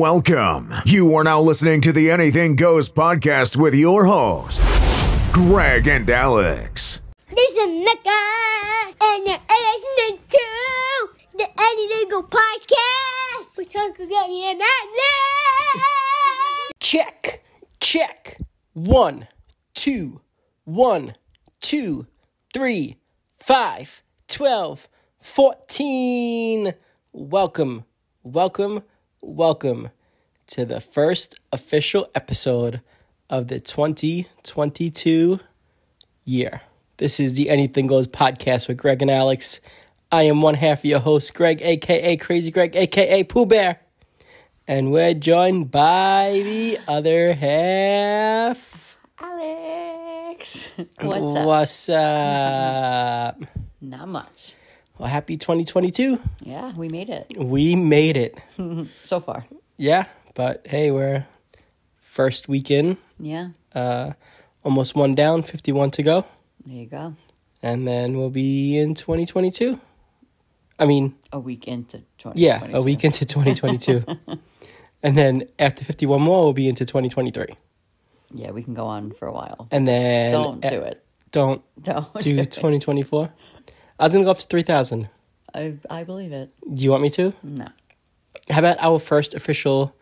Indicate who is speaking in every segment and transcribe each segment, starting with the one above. Speaker 1: Welcome. You are now listening to the Anything Goes podcast with your hosts, Greg and Alex.
Speaker 2: This is Mecca, and you're listening to the Anything Go podcast with Uncle Gary and Alex.
Speaker 3: Check, check. One, two, one, two, three, five, twelve, fourteen. Welcome, welcome, welcome to the first official episode of the 2022 year. This is the Anything Goes podcast with Greg and Alex. I am one half of your host, Greg, aka Crazy Greg, aka Pooh Bear. And we're joined by the other half.
Speaker 4: Alex. What's up?
Speaker 3: What's up?
Speaker 4: Not much.
Speaker 3: Well, happy 2022.
Speaker 4: Yeah, we made it
Speaker 3: We made it.
Speaker 4: so far.
Speaker 3: Yeah, but hey, we're first weekend,
Speaker 4: Yeah,
Speaker 3: uh, almost one down, 51 to go.
Speaker 4: there you go.
Speaker 3: And then we'll be in 2022. I mean,
Speaker 4: A week into 2022.
Speaker 3: yeah, a week into 2022. and then after 51 more, we'll be into 2023.
Speaker 4: Yeah, we can go on for a while.
Speaker 3: And then.
Speaker 4: Just don't
Speaker 3: eh,
Speaker 4: do it.
Speaker 3: Don't
Speaker 4: Don't
Speaker 3: do
Speaker 4: do it.
Speaker 3: 2024. I was gonna go up to 3,000.
Speaker 4: I, I believe it.
Speaker 3: Do you want me to?
Speaker 4: No.
Speaker 3: How about our first official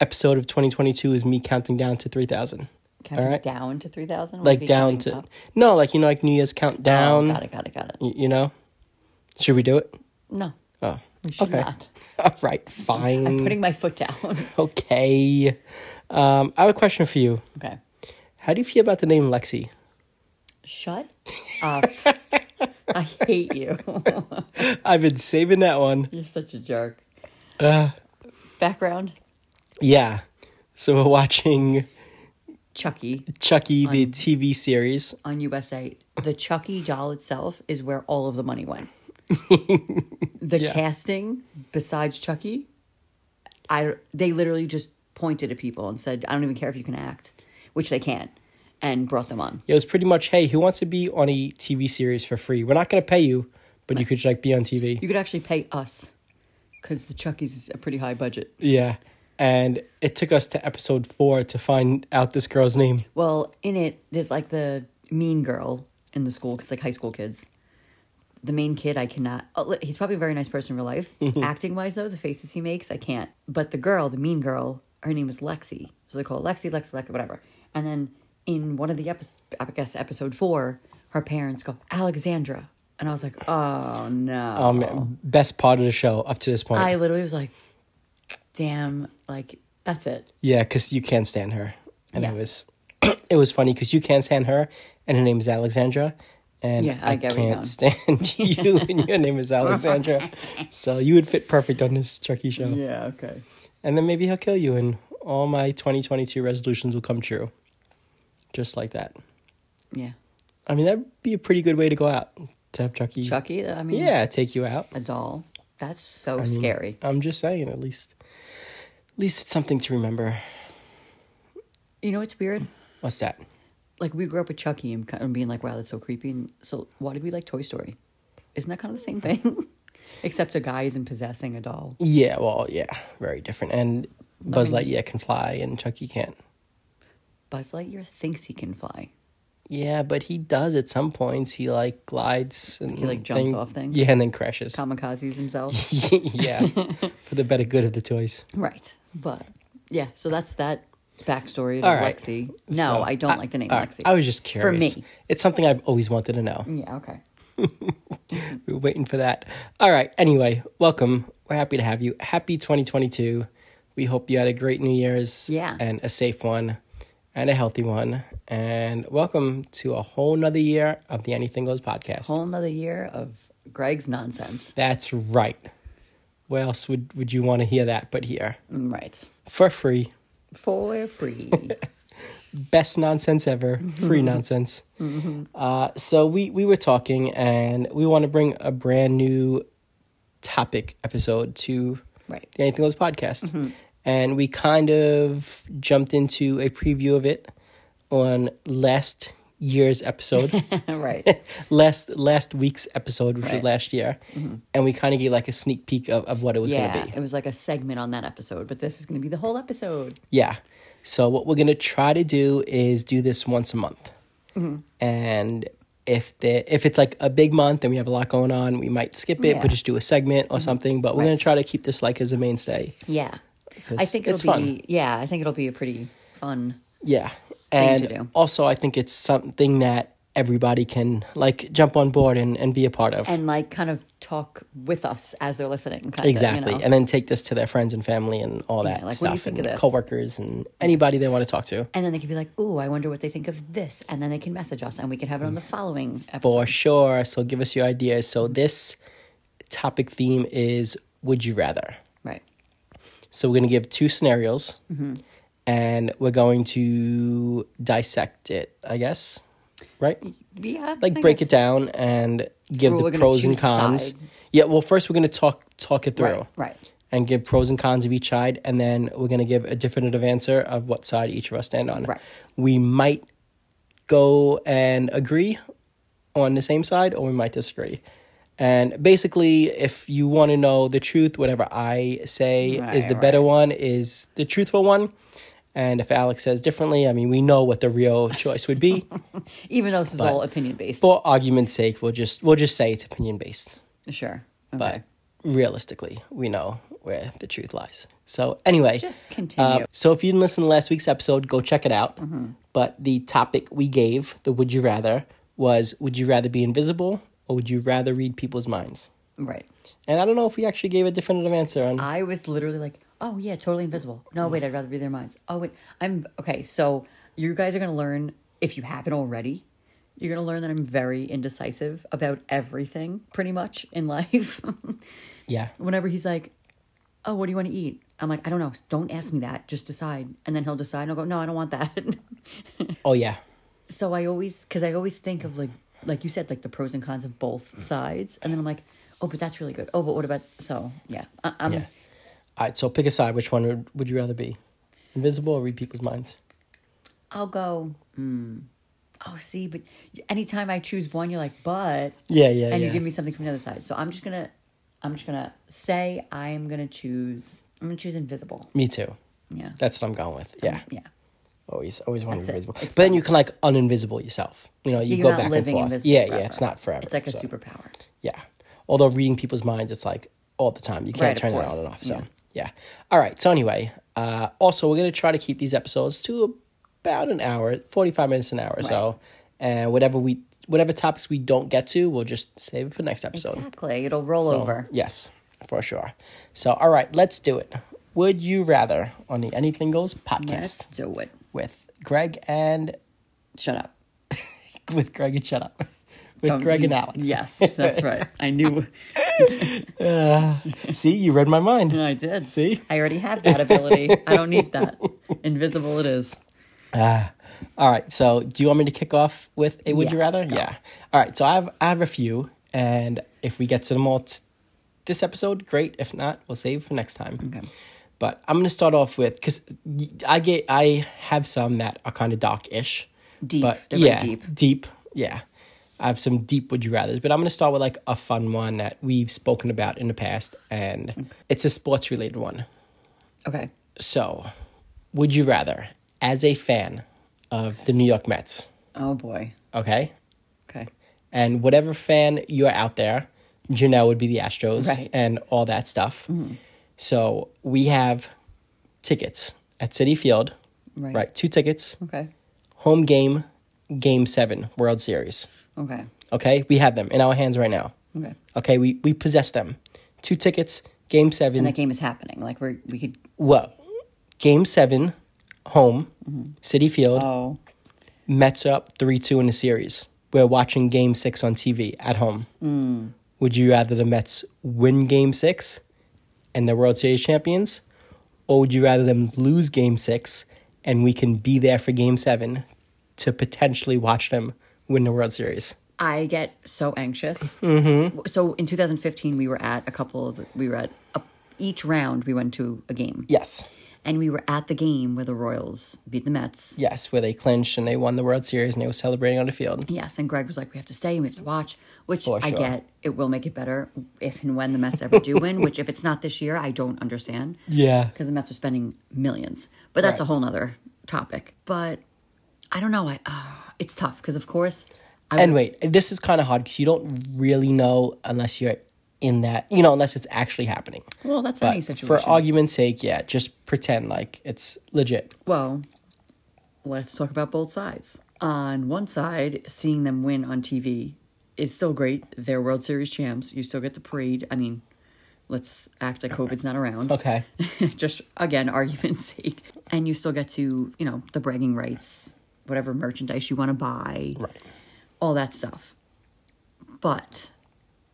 Speaker 3: episode of 2022 is me counting down to 3,000?
Speaker 4: Counting
Speaker 3: All right.
Speaker 4: down to 3,000? Would it
Speaker 3: Like
Speaker 4: be
Speaker 3: down
Speaker 4: counting
Speaker 3: to
Speaker 4: up?
Speaker 3: no, like you know, like New Year's countdown.
Speaker 4: Oh, got it, got it, got it.
Speaker 3: y- You know, should we do it?
Speaker 4: No,
Speaker 3: Oh,
Speaker 4: we should
Speaker 3: Okay. Mm.
Speaker 4: not.
Speaker 3: all right, fine.
Speaker 4: I'm putting my foot down.
Speaker 3: okay. Um, I have a question for you.
Speaker 4: okay.
Speaker 3: How do you feel about the name Lexi?
Speaker 4: Shut up. I hate you.
Speaker 3: I've been saving that one.
Speaker 4: You're such a jerk.
Speaker 3: Uh.
Speaker 4: Background
Speaker 3: Yeah. So we're watching
Speaker 4: Chucky.
Speaker 3: Chucky the TV series.
Speaker 4: on USA, the Chucky doll itself is where all of the money went. the casting, besides Chucky, I they literally just pointed at people and said, "I don't even care if you can act," which they can, and brought them on.
Speaker 3: It was pretty much, hey, who wants to be on a TV series for free? We're not going to pay you, but you could like be on TV.
Speaker 4: You could actually pay us because the Chucky's is a pretty high budget.
Speaker 3: Yeah. And it took us to episode four to find out this girl's name.
Speaker 4: Well, in it, there's like the mean girl in the school because like high school kids. The main kid, I cannot. Oh, li- he's probably a very nice person in real life. Acting wise, though, the faces he makes, I can't. But the girl, the mean girl, her name is Lexi. So they call her Lexi, Lexi, Lexi, whatever. And then in one of the episodes, I guess episode four, her parents go, Alexandra. And I was like, oh no.
Speaker 3: Um, best part of the show up to this point.
Speaker 4: I
Speaker 3: Yeah, 'cause
Speaker 4: literally was like, damn, like, that's it.
Speaker 3: yeah, because you can't stand her. And it
Speaker 4: Yes.
Speaker 3: was it was funny because you can't stand her, and her name is Alexandra. And
Speaker 4: Yeah, I
Speaker 3: I,
Speaker 4: get where you're
Speaker 3: can't stand you, and your name is Alexandra. so you would fit perfect on this Chucky show.
Speaker 4: Yeah, okay.
Speaker 3: And then maybe he'll kill you, and all my 2022 resolutions will come true. Just like that.
Speaker 4: Yeah.
Speaker 3: I mean, that'd be a pretty good way to go out to have Chucky.
Speaker 4: Chucky, I mean,
Speaker 3: Yeah, take you out.
Speaker 4: a doll. That's so scary.
Speaker 3: I'm just saying, at least, at least it's something to remember.
Speaker 4: You know what's weird?
Speaker 3: What's that?
Speaker 4: Like we grew up with Chucky and kind of being like, "Wow, that's so creepy." And so, why did we like Toy Story? Isn't that kind of the same thing? Except a guy isn't possessing a doll.
Speaker 3: Yeah, well, yeah, very different. And Buzz Lightyear can fly, and Chucky can't.
Speaker 4: Buzz Lightyear thinks he can fly.
Speaker 3: Yeah, but he does at some points. He like glides and
Speaker 4: He, like, jumps off things?
Speaker 3: Yeah, and then crashes.
Speaker 4: Kamikazes himself,
Speaker 3: yeah, for the better good of the toys.
Speaker 4: right? But yeah, so that's that backstory to
Speaker 3: All right.
Speaker 4: Lexi. No,
Speaker 3: So,
Speaker 4: I don't like the name
Speaker 3: all right,
Speaker 4: Lexi.
Speaker 3: I was just curious.
Speaker 4: For me, Mm.
Speaker 3: it's something I've always wanted to know.
Speaker 4: yeah, okay.
Speaker 3: We were waiting for that. All right. Anyway, welcome. We're happy to have you. Happy 2022. We hope you had a great New Year's.
Speaker 4: Yeah.
Speaker 3: And a safe one and a healthy one. And welcome to a whole nother year of the Anything Goes podcast.
Speaker 4: Whole another year of Greg's nonsense.
Speaker 3: That's right. Where else would, would you want to hear that but here?
Speaker 4: Mm, Right,
Speaker 3: For free.
Speaker 4: for free.
Speaker 3: best nonsense ever, free
Speaker 4: Mm-hmm.
Speaker 3: nonsense. Uh, so we we were talking, and we want to bring a brand new topic episode to
Speaker 4: Right. Mm-hmm.
Speaker 3: the Anything Goes podcast, and we kind of jumped into a preview of it on last year's episode,
Speaker 4: right.
Speaker 3: last last week's episode, which was
Speaker 4: Right. Mm-hmm.
Speaker 3: last year, and we kind of gave like a sneak peek of, of what it was
Speaker 4: yeah.
Speaker 3: going to
Speaker 4: It
Speaker 3: be.
Speaker 4: was like a segment on that episode, but this is going to be the whole episode.
Speaker 3: Yeah. So what we're going to try to do is do this once a month,
Speaker 4: Mm-hmm.
Speaker 3: and if the if it's like a big month and we have a lot going on, we might skip it,
Speaker 4: Yeah. Mm-hmm.
Speaker 3: but just do a segment or something. But we're going to try to keep this like as a mainstay.
Speaker 4: Yeah.
Speaker 3: 'cause
Speaker 4: I think it'll
Speaker 3: it's
Speaker 4: be
Speaker 3: fun.
Speaker 4: yeah, I think it'll be a pretty fun
Speaker 3: Yeah.
Speaker 4: thing
Speaker 3: And
Speaker 4: to do.
Speaker 3: also, I think it's something that everybody can like jump on board and, and be a part of.
Speaker 4: and like kind of talk with us as they're listening. Kind
Speaker 3: exactly.
Speaker 4: Of, you know?
Speaker 3: And then take this to their friends and family and all that
Speaker 4: like, what do you
Speaker 3: stuff
Speaker 4: think
Speaker 3: and
Speaker 4: of this?
Speaker 3: coworkers and anybody they want to talk to.
Speaker 4: And then they can be like, "Ooh, I wonder what they think of this," and then they can message us, and we can have it on the following episode.
Speaker 3: Mm. For sure. So give us your ideas. So this topic theme is would you rather?
Speaker 4: Right.
Speaker 3: So we're going to give two scenarios and we're going to dissect it, I guess. Right?
Speaker 4: Yeah.
Speaker 3: like break it down and give
Speaker 4: Well, we're
Speaker 3: the
Speaker 4: gonna
Speaker 3: pros and
Speaker 4: choose a side.
Speaker 3: cons. Yeah, well, first we're gonna talk talk it through,
Speaker 4: Right, right.
Speaker 3: And give pros and cons of each side, and then we're gonna give a definitive answer of what side each of us stand on.
Speaker 4: Right.
Speaker 3: We might go and agree on the same side, or we might disagree. And basically, if you want to know the truth, whatever I say is
Speaker 4: Right,
Speaker 3: the better one, is the truthful one. And if Alex says differently, I mean, we know what the real choice would be.
Speaker 4: Even though this is all opinion based.
Speaker 3: for argument's sake, we'll just we'll just say it's opinion based.
Speaker 4: sure.
Speaker 3: But
Speaker 4: Okay.
Speaker 3: realistically, we know where the truth lies. So anyway,
Speaker 4: Just continue. Mm-hmm.
Speaker 3: uh, so if you didn't listen to last week's episode, go check it out. But the topic we gave, the would you rather, was would you rather be invisible or would you rather read people's minds?
Speaker 4: right.
Speaker 3: And I don't know if we actually gave a definitive answer on.
Speaker 4: I was literally like, "Oh yeah, totally invisible." No, wait, I'd rather be their minds. Oh wait, I'm okay. So you guys are gonna learn if you haven't already. You're gonna learn that I'm very indecisive about everything, pretty much in life.
Speaker 3: yeah,
Speaker 4: whenever he's like, "Oh, what do you want to eat?" I'm like, "I don't know. Don't ask me that. Just decide." And then he'll decide. And I'll go, "No, I don't want that."
Speaker 3: oh yeah,
Speaker 4: so I always, because I always think of like, like you said, like the pros and cons of both sides, and then I'm like, "Oh, but that's really good. Oh, but what about?" So yeah, I, I'm
Speaker 3: yeah. All right, so pick a side. Which one would, would you rather be, invisible or read people's minds?
Speaker 4: I'll go. Mm, oh, see, but anytime I choose one, you're like, but
Speaker 3: Yeah, yeah,
Speaker 4: and
Speaker 3: yeah.
Speaker 4: you give me something from the other side. So I'm just gonna, I'm just gonna say I'm gonna choose. I'm gonna choose invisible.
Speaker 3: Me too.
Speaker 4: Yeah. Um,
Speaker 3: That's what I'm going with. Yeah.
Speaker 4: yeah.
Speaker 3: Always, always want to be
Speaker 4: That's it.
Speaker 3: invisible.
Speaker 4: It's
Speaker 3: but then
Speaker 4: not-
Speaker 3: you can like uninvisible yourself. You know, you
Speaker 4: You're
Speaker 3: go
Speaker 4: not
Speaker 3: back
Speaker 4: living
Speaker 3: and forth.
Speaker 4: invisible
Speaker 3: Yeah,
Speaker 4: forever.
Speaker 3: yeah, it's not forever.
Speaker 4: It's like a
Speaker 3: so,
Speaker 4: superpower.
Speaker 3: Yeah, although reading people's minds, it's like all the time. You can't
Speaker 4: Right, of
Speaker 3: turn that on
Speaker 4: course.
Speaker 3: and off. So
Speaker 4: Yeah.
Speaker 3: yeah. All right. So anyway, uh, also we're gonna try to keep these episodes to about an hour, forty five minutes an hour or so, and whatever we whatever topics we don't get to, we'll just save it for next episode.
Speaker 4: Exactly. It'll roll
Speaker 3: So,
Speaker 4: over.
Speaker 3: Yes, for sure. So all right, let's do it. Would you rather on the Anything Goes podcast?
Speaker 4: Let's do it.
Speaker 3: with Greg and
Speaker 4: Shut up.
Speaker 3: with Greg and shut up with
Speaker 4: Don't
Speaker 3: Greg
Speaker 4: you-
Speaker 3: and Alex.
Speaker 4: Yes, that's right. I knew.
Speaker 3: See, you read my mind.
Speaker 4: I did.
Speaker 3: See?
Speaker 4: I already have that ability. I don't need that. Invisible it is.
Speaker 3: All right. So, do you want me to kick off with a Would You
Speaker 4: Yes,
Speaker 3: Rather?
Speaker 4: go.
Speaker 3: Yeah. All right. So I have I have a few, and if we get to them all t- this episode, great. If not, we'll save for next time.
Speaker 4: Okay.
Speaker 3: But I'm gonna start off with because I get I have some that are kind of dark ish.
Speaker 4: Deep.
Speaker 3: But
Speaker 4: They're very
Speaker 3: yeah,
Speaker 4: deep.
Speaker 3: deep. Yeah. I have some deep would you rather's, but I'm going to start with like a fun one that we've spoken about in the past, and it's a sports related one.
Speaker 4: Okay.
Speaker 3: So, would you rather, as a fan of the New York Mets,
Speaker 4: Oh boy.
Speaker 3: okay,
Speaker 4: Okay.
Speaker 3: and whatever fan you're out there, Janelle would be the Astros
Speaker 4: Right. Mm-hmm.
Speaker 3: and all that stuff. So, we have tickets at City Field,
Speaker 4: Right.
Speaker 3: right? Two tickets,
Speaker 4: Okay.
Speaker 3: home game, game seven, World Series.
Speaker 4: Okay.
Speaker 3: Okay, we have them in our hands right now.
Speaker 4: Okay.
Speaker 3: Okay, we, we possess them. Two tickets, game seven.
Speaker 4: And that game is happening. Like we're we could.
Speaker 3: well, game seven, home,
Speaker 4: Mm-hmm.
Speaker 3: City Field.
Speaker 4: Oh.
Speaker 3: Mets are up 3 2 in the series. We're watching game six on TV at home. Hmm. Would you rather the Mets win game six and the World Series champions? Or would you rather them lose game six and we can be there for game seven to potentially watch them win the World Series?
Speaker 4: I get so anxious. Mm-hmm. So in 2015, we were at a couple. Of, we were at a, each round. We went to a game.
Speaker 3: Yes.
Speaker 4: And we were at the game where the Royals beat the Mets.
Speaker 3: Yes, where they clinched and they won the World Series and they were celebrating on the field.
Speaker 4: Yes, and Greg was like, we have to stay and we have to watch, which
Speaker 3: For
Speaker 4: I
Speaker 3: sure.
Speaker 4: get. It will make it better if and when the Mets ever do win, which if it's not this year, I don't understand.
Speaker 3: Yeah.
Speaker 4: Because the Mets are spending millions. But that's a
Speaker 3: Right.
Speaker 4: whole nother topic. But I don't know. I uh, It's tough because, of course, I
Speaker 3: And wait, this is kind of hard because you don't really know unless you're in that, you know, unless it's actually happening.
Speaker 4: Well, that's
Speaker 3: But
Speaker 4: any
Speaker 3: for
Speaker 4: situation.
Speaker 3: argument's sake, yeah, just pretend like it's legit.
Speaker 4: well, let's talk about both sides. On one side, seeing them win on TV is still great. They're World Series champs. You still get the parade. I mean, let's act like COVID's not around.
Speaker 3: Okay.
Speaker 4: just again argument's sake and you still get to you know the bragging rights whatever merchandise you want to buy
Speaker 3: Right.
Speaker 4: all that stuff but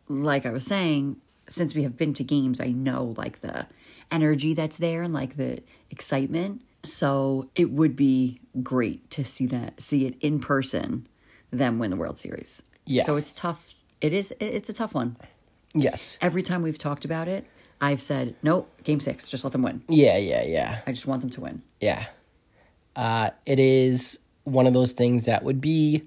Speaker 4: like i was saying since we have been to games i know like the energy that's there and like the excitement so it would be great to see that see it in person them win the world series
Speaker 3: Yeah.
Speaker 4: so it's tough it is it- it's a tough one
Speaker 3: Yes.
Speaker 4: every time we've talked about it i've said no game six just let them win
Speaker 3: Yeah, yeah, yeah.
Speaker 4: I just want them to win.
Speaker 3: Yeah. Uh, it is one of those things that would be,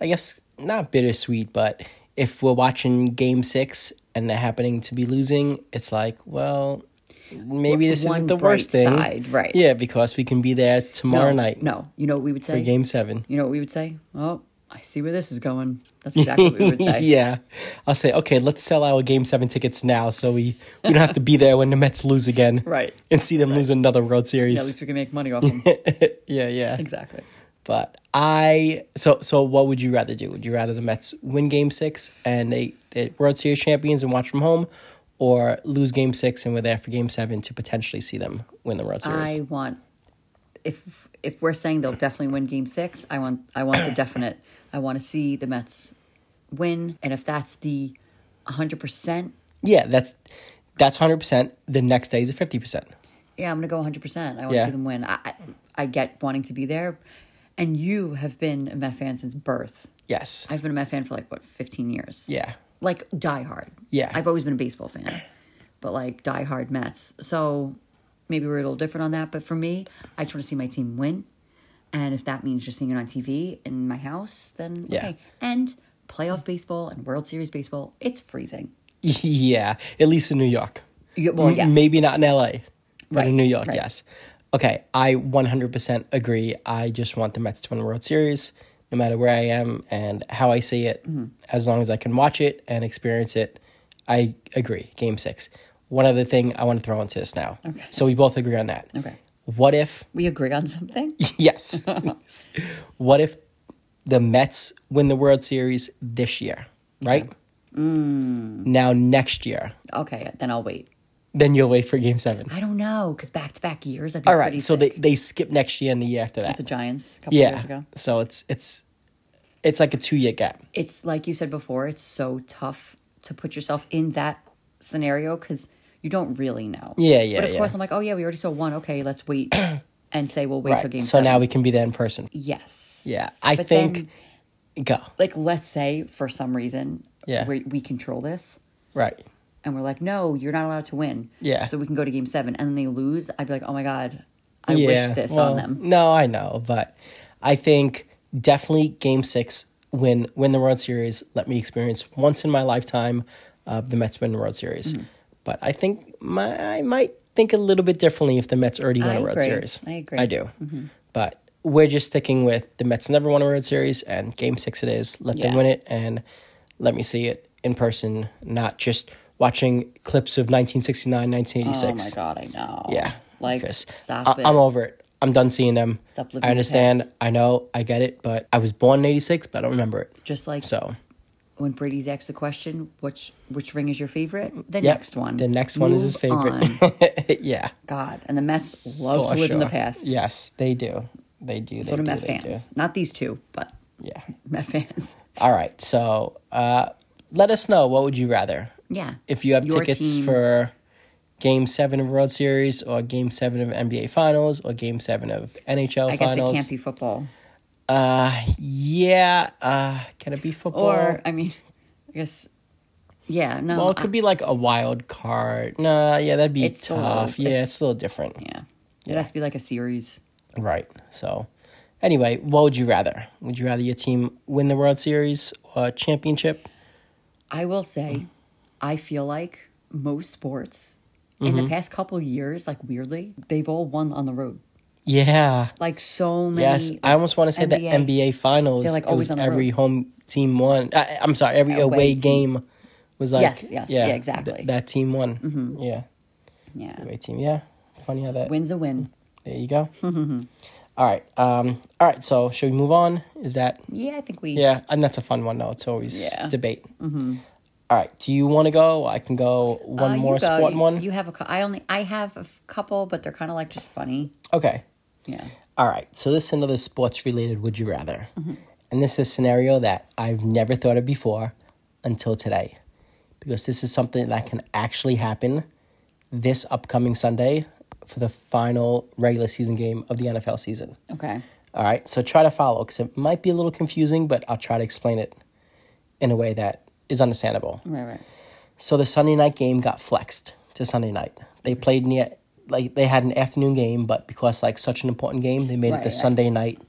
Speaker 3: I guess, not bittersweet, but if we're watching game six and they're happening to be losing, it's like, well, maybe this
Speaker 4: One
Speaker 3: isn't the
Speaker 4: bright
Speaker 3: worst thing.
Speaker 4: side, right.
Speaker 3: Yeah, because we can be there tomorrow
Speaker 4: no,
Speaker 3: night
Speaker 4: No. You know what we would say?
Speaker 3: for game seven.
Speaker 4: You know what we would say? Oh, I see where this is going. That's exactly what we would say.
Speaker 3: Yeah. I'll say, okay, let's sell our game seven tickets now so we, we don't have to be there when the Mets lose again.
Speaker 4: Right.
Speaker 3: And see them lose another World
Speaker 4: Yeah, at
Speaker 3: Series.
Speaker 4: least we can make money off them.
Speaker 3: Yeah, yeah.
Speaker 4: exactly.
Speaker 3: But I so so what would you rather do? Would you rather the Mets win game six and they they World Series champions and watch from home? Or lose game six and we're there for game seven to potentially see them win the World Series.
Speaker 4: I want if if we're saying they'll definitely win game six, I want I want the definite. I want to see the Mets win. And if that's the hundred percent,
Speaker 3: yeah, that's that's hundred percent. The next day is a fifty percent.
Speaker 4: yeah, I'm gonna go hundred percent. I want to
Speaker 3: Yeah.
Speaker 4: see them win. I, I I get wanting to be there. And you have been a Met fan since birth.
Speaker 3: Yes.
Speaker 4: I've been a Met fan for like what, fifteen years.
Speaker 3: yeah.
Speaker 4: like diehard.
Speaker 3: Yeah.
Speaker 4: I've always been a baseball fan, but like diehard Mets. So maybe we're a little different on that. But for me, I just want to see my team win. And if that means just seeing it on TV in my house, then
Speaker 3: Yeah.
Speaker 4: okay. And playoff baseball and World Series baseball, it's freezing.
Speaker 3: yeah. At least in New York.
Speaker 4: You- well,
Speaker 3: M-
Speaker 4: yes.
Speaker 3: Maybe not in LA, but
Speaker 4: Right,
Speaker 3: in New York,
Speaker 4: right.
Speaker 3: yes. Okay, I 100% agree. I just want the Mets to win the World Series, no matter where I am and how I see it,
Speaker 4: Mm-hmm.
Speaker 3: as long as I can watch it and experience it. I agree. Game six. One other thing I want to throw into this now. Okay. So we both agree on that.
Speaker 4: Okay.
Speaker 3: What if,
Speaker 4: We agree on something?
Speaker 3: yes, what if the Mets win the World Series this year, right?
Speaker 4: Mm.
Speaker 3: Now, next year,
Speaker 4: okay, then I'll wait.
Speaker 3: then you'll wait for game seven.
Speaker 4: I don't know because back to back years, I'd be
Speaker 3: All
Speaker 4: pretty
Speaker 3: right, so
Speaker 4: sick.
Speaker 3: they, they skip next year and the year after that.
Speaker 4: the Giants a couple
Speaker 3: yeah,
Speaker 4: years ago.
Speaker 3: so it's it's it's like a two year gap.
Speaker 4: it's like you said before, it's so tough to put yourself in that scenario because you don't really know.
Speaker 3: Yeah, yeah,
Speaker 4: But of
Speaker 3: yeah.
Speaker 4: course, I'm like, oh yeah, we already saw one. Okay, let's wait and say we'll wait till
Speaker 3: Right.
Speaker 4: game.
Speaker 3: So
Speaker 4: seven.
Speaker 3: now we can be there in person.
Speaker 4: yes,
Speaker 3: Yeah, I
Speaker 4: But
Speaker 3: think
Speaker 4: then,
Speaker 3: go
Speaker 4: like, let's say for some reason,
Speaker 3: Yeah.
Speaker 4: we we control this,
Speaker 3: right.
Speaker 4: and we're like, no, you're not allowed to win.
Speaker 3: Yeah.
Speaker 4: so we can go to game seven, and then they lose. I'd be like, oh my god, I
Speaker 3: yeah,
Speaker 4: wish this
Speaker 3: well,
Speaker 4: on them.
Speaker 3: No, I know, but I think definitely game six win win the World Series. Let me experience once in my lifetime of the Mets win the World Series.
Speaker 4: Mm-hmm.
Speaker 3: But I think my I might think a little bit differently if the Mets already win
Speaker 4: I
Speaker 3: a World
Speaker 4: agree.
Speaker 3: Series.
Speaker 4: I agree. Mm-hmm.
Speaker 3: I do. But we're just sticking with the Mets never won a World Series and game six it is. Let them
Speaker 4: Yeah.
Speaker 3: win it and let me see it in person, not just watching clips of 1969,
Speaker 4: Oh
Speaker 3: 1986.
Speaker 4: my god, I know.
Speaker 3: Yeah.
Speaker 4: like
Speaker 3: Chris.
Speaker 4: stop
Speaker 3: I-
Speaker 4: it.
Speaker 3: I'm over it. I'm done seeing them.
Speaker 4: Stop living
Speaker 3: I understand.
Speaker 4: past.
Speaker 3: I know. I get it. But I was born in 86, but I don't remember it.
Speaker 4: Just like
Speaker 3: So,
Speaker 4: when Brady's asked the question, which which ring is your favorite? The
Speaker 3: Yep.
Speaker 4: next one.
Speaker 3: The next one is his
Speaker 4: Move
Speaker 3: favorite.
Speaker 4: on.
Speaker 3: yeah.
Speaker 4: God, and the Mets love
Speaker 3: for
Speaker 4: to live in the
Speaker 3: sure.
Speaker 4: past.
Speaker 3: Yes, they do. They do.
Speaker 4: So
Speaker 3: they do,
Speaker 4: do Met
Speaker 3: they do.
Speaker 4: fans, not these two, but
Speaker 3: Yeah.
Speaker 4: Met fans.
Speaker 3: All right. So, uh, let us know what would you rather?
Speaker 4: Yeah.
Speaker 3: If you have
Speaker 4: Your
Speaker 3: tickets
Speaker 4: team.
Speaker 3: for Game 7 of World Series or Game 7 of NBA Finals or Game 7 of NHL
Speaker 4: I guess
Speaker 3: Finals.
Speaker 4: it can't be football,
Speaker 3: Yeah. Uh, can it be football?
Speaker 4: or I mean, I guess yeah, no,
Speaker 3: Well, it could be like a wild card. Nah, yeah, that'd be
Speaker 4: Um, It's still-
Speaker 3: tough. yeah, it's,
Speaker 4: it's-
Speaker 3: a little different.
Speaker 4: I- yeah. It has to be like a series.
Speaker 3: Right. So, anyway, what would you rather? Would you rather your team win the World Series or championship?
Speaker 4: I will say, I feel like most sports in
Speaker 3: Mm-hmm.
Speaker 4: the past couple years, like weirdly, they've all won on the road.
Speaker 3: Yeah.
Speaker 4: Like so many.
Speaker 3: Yes. I almost want to say the
Speaker 4: NBA.
Speaker 3: NBA Finals.
Speaker 4: They're, like,
Speaker 3: it
Speaker 4: always
Speaker 3: was
Speaker 4: on the
Speaker 3: every
Speaker 4: road.
Speaker 3: home team won. I, I'm sorry, every away,
Speaker 4: Away team.
Speaker 3: game was like.
Speaker 4: Yes, yes, yeah,
Speaker 3: th-
Speaker 4: exactly.
Speaker 3: that team won. Yeah.
Speaker 4: Yeah.
Speaker 3: Away team. Yeah. Funny how that.
Speaker 4: Win's a win.
Speaker 3: There you go. all right. Um, all right. So, should we move on? Is that.
Speaker 4: Yeah, I think we.
Speaker 3: Yeah. And that's a fun one, though. It's always
Speaker 4: Yeah. Mm-hmm.
Speaker 3: debate. All right. Do you want to go? I can go
Speaker 4: Uh,
Speaker 3: one
Speaker 4: you
Speaker 3: more
Speaker 4: go.
Speaker 3: sport
Speaker 4: You-
Speaker 3: one.
Speaker 4: You have a. cou- I only. I have a f- couple, but they're kind of like just funny.
Speaker 3: Okay.
Speaker 4: Yeah.
Speaker 3: All right. So this is another sports related would you rather.
Speaker 4: Mm-hmm.
Speaker 3: And this is a scenario that I've never thought of before until today. Because this is something that can actually happen this upcoming Sunday for the final regular season game of the NFL season.
Speaker 4: Okay.
Speaker 3: All right. So try to follow because it might be a little confusing, but I'll try to explain it in a way that is understandable.
Speaker 4: Right. Right.
Speaker 3: So the Sunday night game got flexed to Sunday night.
Speaker 4: Mm-hmm.
Speaker 3: They played in the like they had an afternoon game, but because like such an important game, they made it
Speaker 4: Right,
Speaker 3: the
Speaker 4: right.
Speaker 3: Sunday night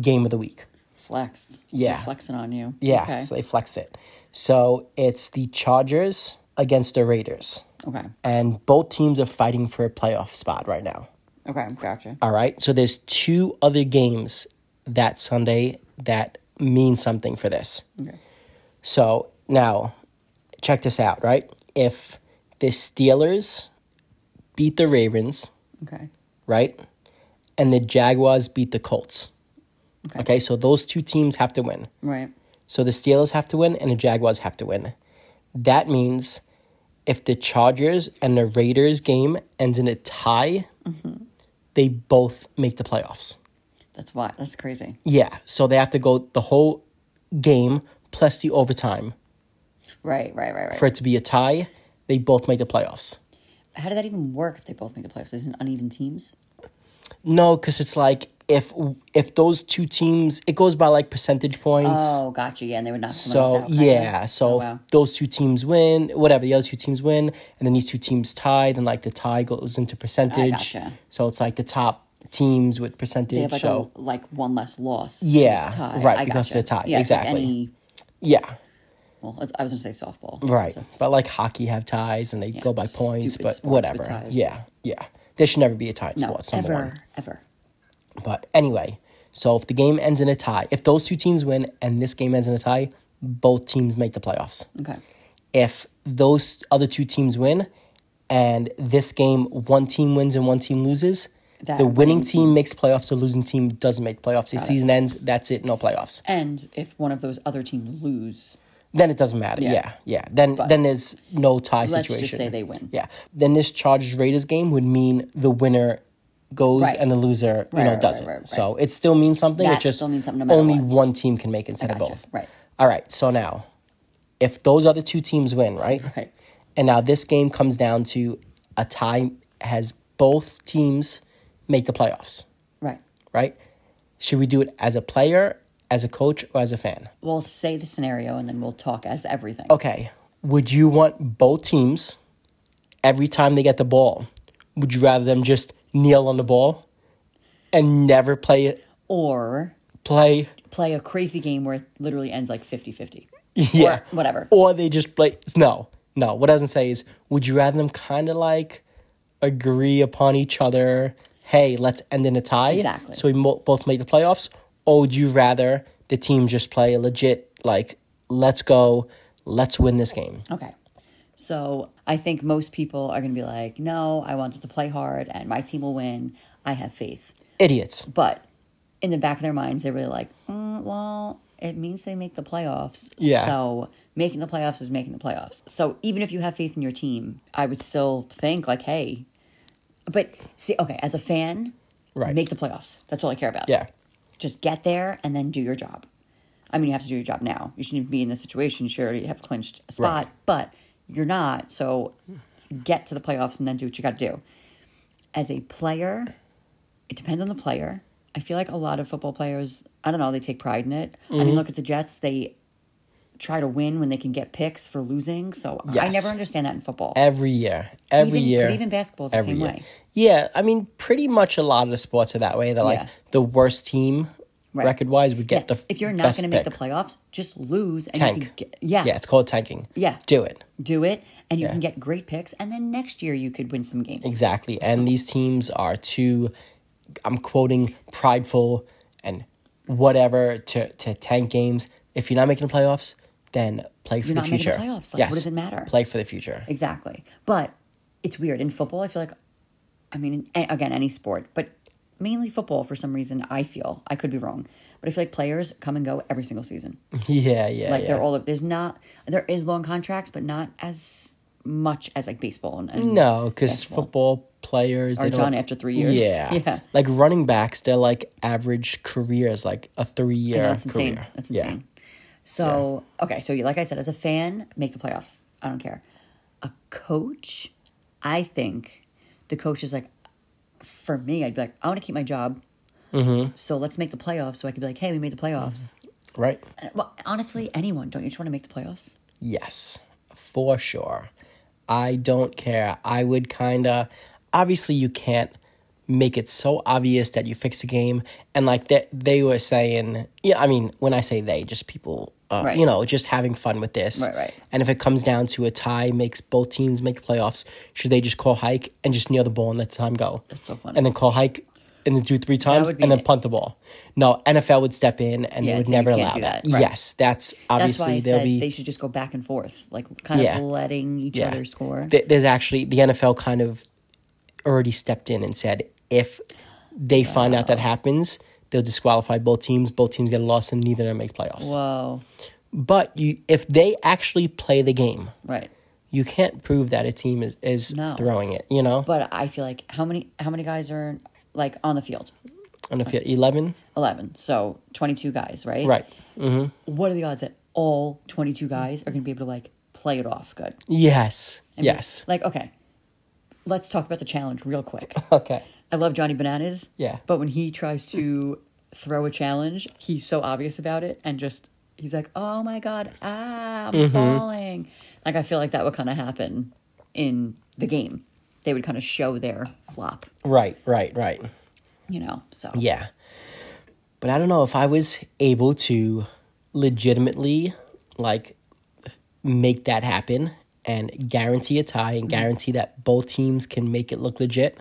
Speaker 3: game of the week.
Speaker 4: Flexed.
Speaker 3: Yeah.
Speaker 4: They're flexing on you.
Speaker 3: Yeah,
Speaker 4: Okay.
Speaker 3: so they flex it. So it's the Chargers against the Raiders,
Speaker 4: okay.
Speaker 3: and both teams are fighting for a playoff spot right now.
Speaker 4: Okay. Gotcha.
Speaker 3: All right. So there's two other games that Sunday that mean something for this.
Speaker 4: Okay.
Speaker 3: So now, check this out, right? If the Steelers beat the Ravens,
Speaker 4: Okay.
Speaker 3: right? And the Jaguars beat the Colts.
Speaker 4: Okay.
Speaker 3: Okay, so those two teams have to win.
Speaker 4: Right.
Speaker 3: So the Steelers have to win and the Jaguars have to win. That means if the Chargers and the Raiders game ends in a tie, they both make the playoffs.
Speaker 4: That's why. That's crazy.
Speaker 3: Yeah, so they have to go the whole game plus the overtime
Speaker 4: Right. Right. Right. Right.
Speaker 3: for it to be a tie. They both make the playoffs.
Speaker 4: How does that even work if they both make the playoffs? Isn't it uneven teams?
Speaker 3: No, because it's like if if those two teams, it goes by like percentage points.
Speaker 4: Oh, gotcha. Yeah, and they would knock someone
Speaker 3: So
Speaker 4: else out. kinda.
Speaker 3: yeah, so
Speaker 4: Oh,
Speaker 3: if
Speaker 4: wow.
Speaker 3: those two teams win, whatever the other two teams win, and then these two teams tie, then like the tie goes into percentage.
Speaker 4: Ah, gotcha.
Speaker 3: So it's like the top teams with
Speaker 4: they
Speaker 3: percentage.
Speaker 4: have like
Speaker 3: so
Speaker 4: a, like one less loss.
Speaker 3: Yeah,
Speaker 4: It's a tie.
Speaker 3: right,
Speaker 4: I
Speaker 3: because
Speaker 4: gotcha.
Speaker 3: of the tie,
Speaker 4: Yeah, it's like
Speaker 3: exactly.
Speaker 4: any,
Speaker 3: yeah,
Speaker 4: well, I was gonna say softball.
Speaker 3: right.
Speaker 4: So that's-
Speaker 3: But like hockey have ties and they go by points,
Speaker 4: stupid
Speaker 3: but
Speaker 4: sports with
Speaker 3: whatever.
Speaker 4: ties.
Speaker 3: Yeah, yeah. There should never be a tie in
Speaker 4: no,
Speaker 3: sports. Number one.
Speaker 4: ever, ever.
Speaker 3: But anyway, so if the game ends in a tie, if those two teams win and this game ends in a tie, both teams make the playoffs.
Speaker 4: Okay.
Speaker 3: if those other two teams win and this game one team wins and one team loses
Speaker 4: That
Speaker 3: the winning
Speaker 4: winning
Speaker 3: team makes playoffs the losing team doesn't make playoffs the season ends that's it no playoffs
Speaker 4: And if one of those other teams lose,
Speaker 3: then it doesn't matter yeah
Speaker 4: Yeah.
Speaker 3: yeah, then then there's no tie
Speaker 4: let's
Speaker 3: situation
Speaker 4: just say they win.
Speaker 3: yeah then this chargers raiders game would mean the winner goes
Speaker 4: Right.
Speaker 3: and the loser you
Speaker 4: Right,
Speaker 3: know
Speaker 4: right, right,
Speaker 3: doesn't
Speaker 4: right, right.
Speaker 3: so it still means something
Speaker 4: That
Speaker 3: it just
Speaker 4: still means something no matter
Speaker 3: only
Speaker 4: what.
Speaker 3: one team can make instead of
Speaker 4: gotcha.
Speaker 3: both
Speaker 4: Right.
Speaker 3: all right so now if those other two teams win right
Speaker 4: Right.
Speaker 3: And now this game comes down to a tie has both teams make the playoffs,
Speaker 4: Right.
Speaker 3: right? Should we do it as a player, as a coach, or as a fan?
Speaker 4: We'll say the scenario and then we'll talk as everything.
Speaker 3: Okay. Would you want both teams every time they get the ball? Would you rather them just kneel on the ball and never play it?
Speaker 4: Or
Speaker 3: Play,
Speaker 4: play a crazy game where it literally ends like 50-50.
Speaker 3: yeah,
Speaker 4: Or whatever.
Speaker 3: Or they just play. No, no. What it doesn't say is, would you rather them kind of like agree upon each other? Hey, let's end in a tie.
Speaker 4: Exactly.
Speaker 3: So we mo- both make the playoffs. Or would you rather the team just play a legit like, let's go, let's win this game?
Speaker 4: Okay. So I think most people are going to be like, no, I want them to play hard and my team will win. I have faith.
Speaker 3: Idiots.
Speaker 4: But in the back of their minds, they're really like, mm, well, it means they make the playoffs.
Speaker 3: Yeah.
Speaker 4: So making the playoffs is making the playoffs. So even if you have faith in your team, I would still think, like, hey, but see, okay, as a fan,
Speaker 3: Right.
Speaker 4: make the playoffs. That's all I care about.
Speaker 3: Yeah.
Speaker 4: Just get there and then do your job. I mean, you have to do your job now. You shouldn't be in this situation. You should already have clinched a spot,
Speaker 3: Right.
Speaker 4: but you're not. So get to the playoffs and then do what you got to do. As a player, it depends on the player.
Speaker 3: Mm-hmm.
Speaker 4: I feel like a lot of football players, I don't know, they take pride in it. I mean, look at the Jets. They try to win when they can get picks for losing. So I
Speaker 3: Yes.
Speaker 4: never understand that in football.
Speaker 3: Every year. Every
Speaker 4: even,
Speaker 3: year.
Speaker 4: But even basketball is the
Speaker 3: every
Speaker 4: same
Speaker 3: year.
Speaker 4: way.
Speaker 3: Yeah, I mean, pretty much a lot of the sports are that way. They're
Speaker 4: Yeah.
Speaker 3: like the worst team
Speaker 4: Right.
Speaker 3: record wise would get
Speaker 4: Yeah,
Speaker 3: the
Speaker 4: if you're not
Speaker 3: going to
Speaker 4: make the playoffs, just lose and You
Speaker 3: tank.
Speaker 4: can get, yeah,
Speaker 3: yeah, it's called tanking.
Speaker 4: Yeah.
Speaker 3: do it
Speaker 4: do it, and you can get great picks, and then next year you could win some games.
Speaker 3: exactly. And these teams are too. I'm quoting prideful and whatever to to tank games. If you're not making the playoffs, then play for the
Speaker 4: You're not making the
Speaker 3: future.
Speaker 4: playoffs. Like, what
Speaker 3: yes.
Speaker 4: does it matter?
Speaker 3: Play for the future.
Speaker 4: Exactly. But it's weird. In football, I feel like, I mean, a- again, any sport, but mainly football for some reason, I feel, I could be wrong, but I feel like players come and go every single season.
Speaker 3: Yeah, yeah,
Speaker 4: Like
Speaker 3: yeah.
Speaker 4: they're all, there's not, there is long contracts, but not as much as like baseball. And, and
Speaker 3: No, because
Speaker 4: basketball.
Speaker 3: football players they
Speaker 4: Are
Speaker 3: don't-
Speaker 4: done after three years.
Speaker 3: Yeah,
Speaker 4: Yeah.
Speaker 3: Like running backs, their like average career is like a three year.
Speaker 4: No, that's insane.
Speaker 3: Career.
Speaker 4: That's
Speaker 3: Yeah.
Speaker 4: insane. So, okay. So, like I said, as a fan, make the playoffs. I don't care. A coach, I think the coach is like, for me, I'd be like, I want to keep my job.
Speaker 3: Mm-hmm.
Speaker 4: So let's make the playoffs so I could be like, hey, we made the playoffs.
Speaker 3: Right.
Speaker 4: Well, honestly, anyone, don't you just want to make the playoffs?
Speaker 3: Yes, for sure. I don't care. I would kind of. Obviously, you can't make it so obvious that you fix the game. And like that, they were saying. Yeah, I mean, when I say they, just people. Uh,
Speaker 4: Right.
Speaker 3: You know, just having fun with this.
Speaker 4: Right, right.
Speaker 3: And if it comes down to a tie, makes both teams make the playoffs. Should they just call hike and just kneel the ball and let the time go? That's
Speaker 4: so funny.
Speaker 3: And then call hike. And then do three times,
Speaker 4: would
Speaker 3: and
Speaker 4: be
Speaker 3: then
Speaker 4: an-
Speaker 3: punt the ball. No, NFL would step in, and
Speaker 4: Yeah,
Speaker 3: they would
Speaker 4: so you
Speaker 3: never
Speaker 4: can't
Speaker 3: allow
Speaker 4: do
Speaker 3: that.
Speaker 4: that. Right.
Speaker 3: Yes, that's
Speaker 4: That's why
Speaker 3: obviously
Speaker 4: I
Speaker 3: there'll
Speaker 4: said
Speaker 3: be
Speaker 4: they should just go back and forth, like kind
Speaker 3: Yeah.
Speaker 4: of letting each other score.
Speaker 3: Th- There's actually the NFL kind of already stepped in and said if they find out that happens, they'll disqualify both teams. Both teams get a loss, and neither of them make playoffs.
Speaker 4: Whoa.
Speaker 3: But you, if they actually play the game,
Speaker 4: Right.
Speaker 3: you can't prove that a team is, is
Speaker 4: No.
Speaker 3: throwing it. You know,
Speaker 4: But I feel like how many how many guys are like on the field?
Speaker 3: and if you're eleven,
Speaker 4: 11 so 22 guys right
Speaker 3: right?
Speaker 4: what are the odds that all 22 guys are going to be able to like play it off good
Speaker 3: Yes,
Speaker 4: I mean,
Speaker 3: yes.
Speaker 4: like okay let's talk about the challenge real quick
Speaker 3: Okay,
Speaker 4: i love johnny bananas
Speaker 3: Yeah.
Speaker 4: but when he tries to throw a challenge he's so obvious about it and just he's like oh my god ah i'm
Speaker 3: Mm-hmm.
Speaker 4: falling like i feel like that would kind of happen in the game they would kind of show their flop
Speaker 3: right, right, right.
Speaker 4: you know so
Speaker 3: Yeah. But I don't know if I was able to legitimately like make that happen and guarantee a tie
Speaker 4: Mm-hmm.
Speaker 3: and guarantee that both teams can make it look legit.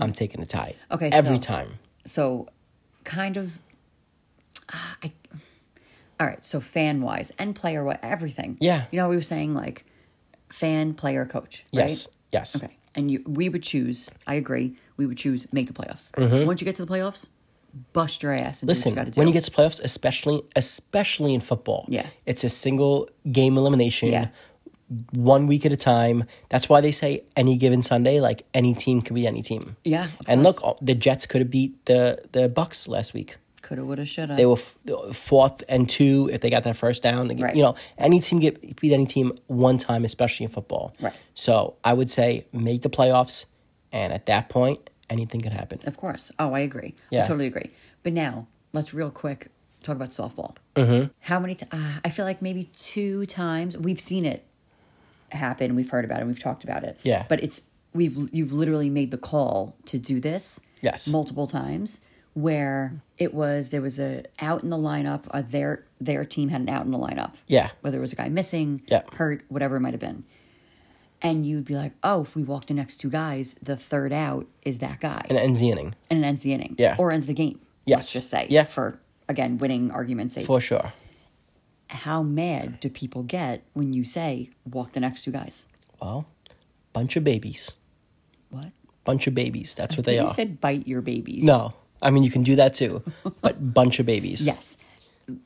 Speaker 3: I'm taking a tie.
Speaker 4: Mm-hmm. Okay,
Speaker 3: Every
Speaker 4: so-
Speaker 3: time.
Speaker 4: so kind of ah, I, all right so fan wise and player wise everything
Speaker 3: Yeah.
Speaker 4: you know we were saying like fan player coach right?
Speaker 3: Yes. Yes.
Speaker 4: okay and you we would choose i agree we would choose make the playoffs once you get to the playoffs bust your ass
Speaker 3: Mm-hmm.
Speaker 4: and
Speaker 3: Listen,
Speaker 4: do what you gotta do
Speaker 3: when you get to playoffs, especially especially in football,
Speaker 4: Yeah.
Speaker 3: it's a single game elimination,
Speaker 4: Yeah.
Speaker 3: one week at a time. That's why they say any given Sunday, like any team could be any team.
Speaker 4: Yeah, of
Speaker 3: and
Speaker 4: course.
Speaker 3: look, uh, the Jets could have beat the the Bucks last week.
Speaker 4: coulda woulda shoulda
Speaker 3: They were f- fourth and two if they got that first down. They get-
Speaker 4: Right.
Speaker 3: You know, any team get beat any team one time, especially in football.
Speaker 4: Right.
Speaker 3: So I would say make the playoffs, and at that point, anything could happen.
Speaker 4: of course oh i agree i
Speaker 3: Yeah.
Speaker 4: totally agree but now let's real quick talk about softball mm-hmm. how many t- ah, i feel like maybe two times we've seen it happen. We've heard about it. We've talked about it.
Speaker 3: Yeah.
Speaker 4: But it's we've you've literally made the call to do this.
Speaker 3: Yes.
Speaker 4: Multiple times where it was there was a out in the lineup. Uh, their their team had an out in the lineup.
Speaker 3: Yeah.
Speaker 4: Whether it was a guy missing,
Speaker 3: Yeah.
Speaker 4: hurt, whatever it might have been. And you'd be like, oh, if we walk the next two guys, the third out is that guy,
Speaker 3: And it ends the inning
Speaker 4: and it ends the inning,
Speaker 3: Yeah.
Speaker 4: or ends the game. Let's
Speaker 3: Yes.
Speaker 4: just say,
Speaker 3: Yeah.
Speaker 4: for again winning argument's sake.
Speaker 3: for sure.
Speaker 4: How mad do people get when you say walk the next two guys?
Speaker 3: Well, bunch of babies.
Speaker 4: What?
Speaker 3: Bunch of babies. That's what they
Speaker 4: you
Speaker 3: are.
Speaker 4: said bite your babies.
Speaker 3: no. I mean, you can do that too, but bunch of babies.
Speaker 4: Yes.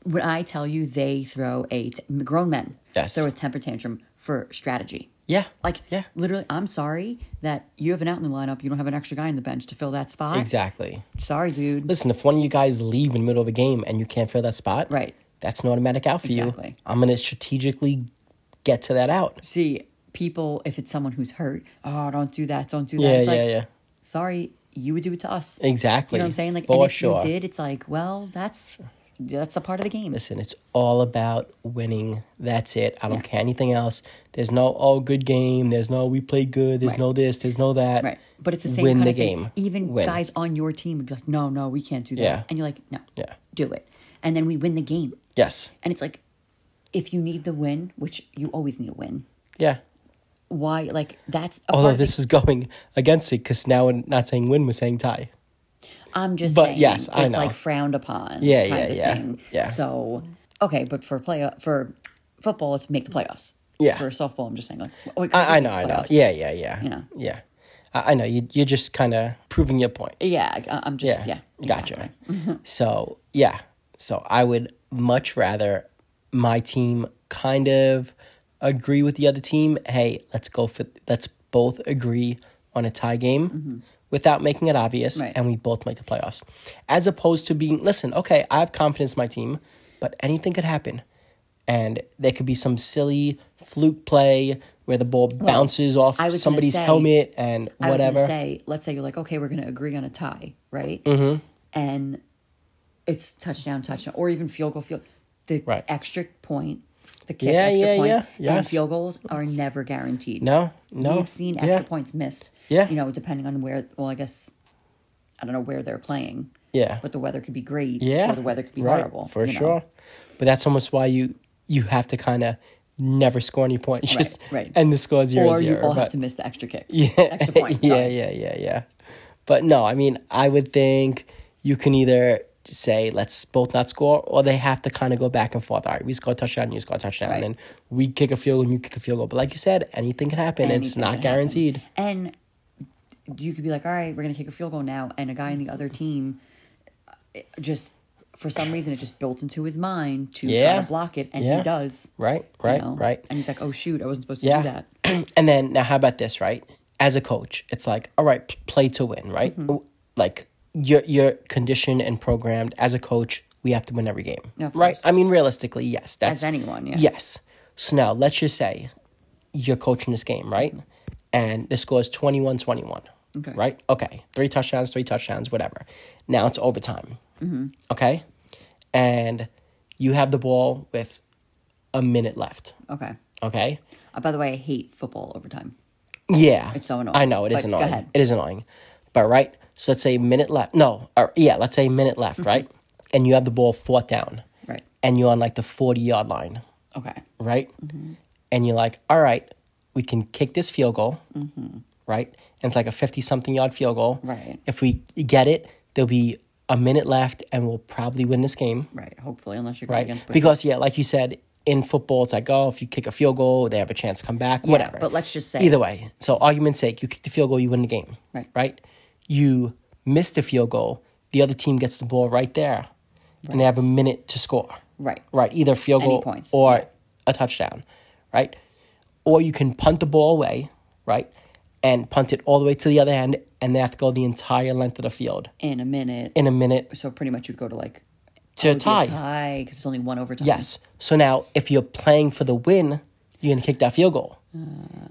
Speaker 4: When I tell you they throw a t- grown men
Speaker 3: Yes.
Speaker 4: throw a temper tantrum for strategy.
Speaker 3: Yeah.
Speaker 4: Like
Speaker 3: yeah.
Speaker 4: literally, I'm sorry that you have an out in the lineup. You don't have an extra guy in the bench to fill that spot.
Speaker 3: Exactly.
Speaker 4: Sorry, dude.
Speaker 3: Listen, if one of you guys leave in the middle of a game and you can't fill that spot,
Speaker 4: Right.
Speaker 3: That's an automatic out for
Speaker 4: Exactly.
Speaker 3: you. I'm going to strategically get to that out.
Speaker 4: See, people, if it's someone who's hurt, oh, don't do that. Don't do that.
Speaker 3: Yeah,
Speaker 4: it's like,
Speaker 3: yeah, yeah.
Speaker 4: Sorry, you would do it to us.
Speaker 3: Exactly.
Speaker 4: You know what I'm saying? Like,
Speaker 3: for
Speaker 4: and if
Speaker 3: sure.
Speaker 4: you did, it's like, well, that's That's a part of the game.
Speaker 3: Listen, it's all about winning. That's it. I don't care anything else. There's no all good game. There's no we played good. There's
Speaker 4: Right.
Speaker 3: no this. There's no that.
Speaker 4: Right. But it's the same
Speaker 3: Win
Speaker 4: kind
Speaker 3: the
Speaker 4: of thing.
Speaker 3: game.
Speaker 4: Even
Speaker 3: Win.
Speaker 4: guys on your team would be like, no, no, we can't do that.
Speaker 3: Yeah.
Speaker 4: And you're like, no,
Speaker 3: Yeah.
Speaker 4: do it. And then we win the game.
Speaker 3: Yes.
Speaker 4: And it's like, if you need the win, which you always need a win,
Speaker 3: Yeah.
Speaker 4: why? Like, that's a part
Speaker 3: Although
Speaker 4: of the-
Speaker 3: this is going against it because now we're not saying win, we're saying tie.
Speaker 4: I'm just
Speaker 3: But
Speaker 4: saying.
Speaker 3: yes, I
Speaker 4: it's
Speaker 3: know.
Speaker 4: like frowned upon.
Speaker 3: Yeah,
Speaker 4: kind
Speaker 3: yeah,
Speaker 4: of
Speaker 3: yeah,
Speaker 4: thing.
Speaker 3: yeah.
Speaker 4: So okay, but for play for football, it's make the playoffs.
Speaker 3: Yeah.
Speaker 4: For softball, I'm just saying like oh, we
Speaker 3: I, I
Speaker 4: couldn't
Speaker 3: know, I
Speaker 4: make the
Speaker 3: know.
Speaker 4: playoffs.
Speaker 3: Yeah, yeah, yeah.
Speaker 4: You know.
Speaker 3: Yeah. I, I know. You, you're just kind of proving your point.
Speaker 4: yeah. I- I'm just yeah.
Speaker 3: Gotcha.
Speaker 4: exactly.
Speaker 3: so, yeah. So, I would much rather my team kind of agree with the other team. Hey, let's go for, let's both agree on a tie game without making it obvious
Speaker 4: Mm-hmm. Right.
Speaker 3: and we both make the playoffs. As opposed to being, listen, okay, I have confidence in my team, but anything could happen. And there could be some silly fluke play where the ball bounces off
Speaker 4: I was gonna
Speaker 3: somebody's
Speaker 4: say-
Speaker 3: helmet and
Speaker 4: I was
Speaker 3: whatever.
Speaker 4: gonna say, let's say you're like, okay, we're gonna agree on a tie, right? Mm-hmm. And it's touchdown, touchdown, or even field goal, field. The
Speaker 3: Right.
Speaker 4: extra point, the kick,
Speaker 3: Yeah,
Speaker 4: extra
Speaker 3: yeah,
Speaker 4: point,
Speaker 3: yeah,
Speaker 4: and
Speaker 3: yes.
Speaker 4: field goals are never guaranteed.
Speaker 3: No, no,
Speaker 4: we've seen
Speaker 3: yeah.
Speaker 4: extra points missed.
Speaker 3: Yeah.
Speaker 4: you know, depending on where. Well, I guess I don't know where they're playing.
Speaker 3: Yeah.
Speaker 4: but the weather could be great.
Speaker 3: Yeah,
Speaker 4: or the weather could be
Speaker 3: right,
Speaker 4: horrible
Speaker 3: for
Speaker 4: you know.
Speaker 3: sure. But that's almost why you you have to kind of never score any points,
Speaker 4: Right,
Speaker 3: just
Speaker 4: right.
Speaker 3: end the score zero
Speaker 4: or you
Speaker 3: zero.
Speaker 4: all
Speaker 3: but-
Speaker 4: have to miss the extra kick. Yeah, extra point.
Speaker 3: yeah,
Speaker 4: sorry.
Speaker 3: yeah, yeah, yeah. But no, I mean, I would think you can either say let's both not score, or they have to kind of go back and forth. All right, we score a touchdown, you score a touchdown,
Speaker 4: Right.
Speaker 3: and we kick a field goal, and you kick a field goal. But like you said, anything can happen. and it's
Speaker 4: anything
Speaker 3: not
Speaker 4: can happen.
Speaker 3: guaranteed.
Speaker 4: And you could be like, all right, we're going to kick a field goal now. And a guy in the other team uh, just, for some reason, it just built into his mind to try
Speaker 3: Yeah.
Speaker 4: to block it. And
Speaker 3: Yeah.
Speaker 4: he does.
Speaker 3: Right,
Speaker 4: you
Speaker 3: right,
Speaker 4: know?
Speaker 3: right.
Speaker 4: And he's like, oh, shoot, I wasn't supposed to do that.
Speaker 3: and then now, how about this, right? As a coach, it's like, all right, p- play to win, right?
Speaker 4: Mm-hmm.
Speaker 3: Like you're you're conditioned and programmed as a coach. We have to win every game,
Speaker 4: Of
Speaker 3: right?
Speaker 4: course.
Speaker 3: I mean, realistically, yes. That's
Speaker 4: As anyone, yeah.
Speaker 3: Yes. So now, let's just say you're coaching this game, right? And the score is 21 21.
Speaker 4: Mm-hmm. Okay.
Speaker 3: Right? Okay. Three touchdowns, three touchdowns, whatever. Now it's overtime.
Speaker 4: Mm-hmm.
Speaker 3: Okay. And you have the ball with a minute left.
Speaker 4: Okay.
Speaker 3: Okay.
Speaker 4: Uh, by the way, I hate football overtime.
Speaker 3: Yeah.
Speaker 4: It's so annoying.
Speaker 3: I know it is
Speaker 4: But go
Speaker 3: annoying.
Speaker 4: ahead.
Speaker 3: It is annoying. But right, so let's say a minute left. No, or yeah, let's say a minute left, right? And you have the ball fourth down.
Speaker 4: Mm-hmm. Right.
Speaker 3: And you're on like the 40 yard line,
Speaker 4: Okay.
Speaker 3: right?
Speaker 4: Mm-hmm.
Speaker 3: And you're like, all right, we can kick this field goal, right? And it's like a 50 something yard field goal.
Speaker 4: Mm-hmm. Right.
Speaker 3: If we get it, there'll be a minute left and we'll probably win this game
Speaker 4: Right. Hopefully, unless you're going
Speaker 3: right?
Speaker 4: against.
Speaker 3: Because yeah, like you said, in football, it's like oh, if you kick a field goal, they have a chance to come back. whatever.
Speaker 4: but let's just say-
Speaker 3: either way. So argument's sake, you kick the field goal, you win the game.
Speaker 4: Right.
Speaker 3: Right. You miss the field goal, the other team gets the ball right there, and they have a minute to score.
Speaker 4: Right.
Speaker 3: Right. Either field
Speaker 4: Any
Speaker 3: goal
Speaker 4: points,
Speaker 3: or
Speaker 4: yeah.
Speaker 3: a touchdown. Right. Or you can punt the ball away. Right. And punt it all the way to the other end, and they have to go the entire length of the field
Speaker 4: in a minute.
Speaker 3: in a minute
Speaker 4: so pretty much you'd go to like oh,
Speaker 3: to
Speaker 4: would be a tie because it's only one overtime.
Speaker 3: Yes. So now, if you're playing for the win, you're going to kick that field goal.
Speaker 4: Uh.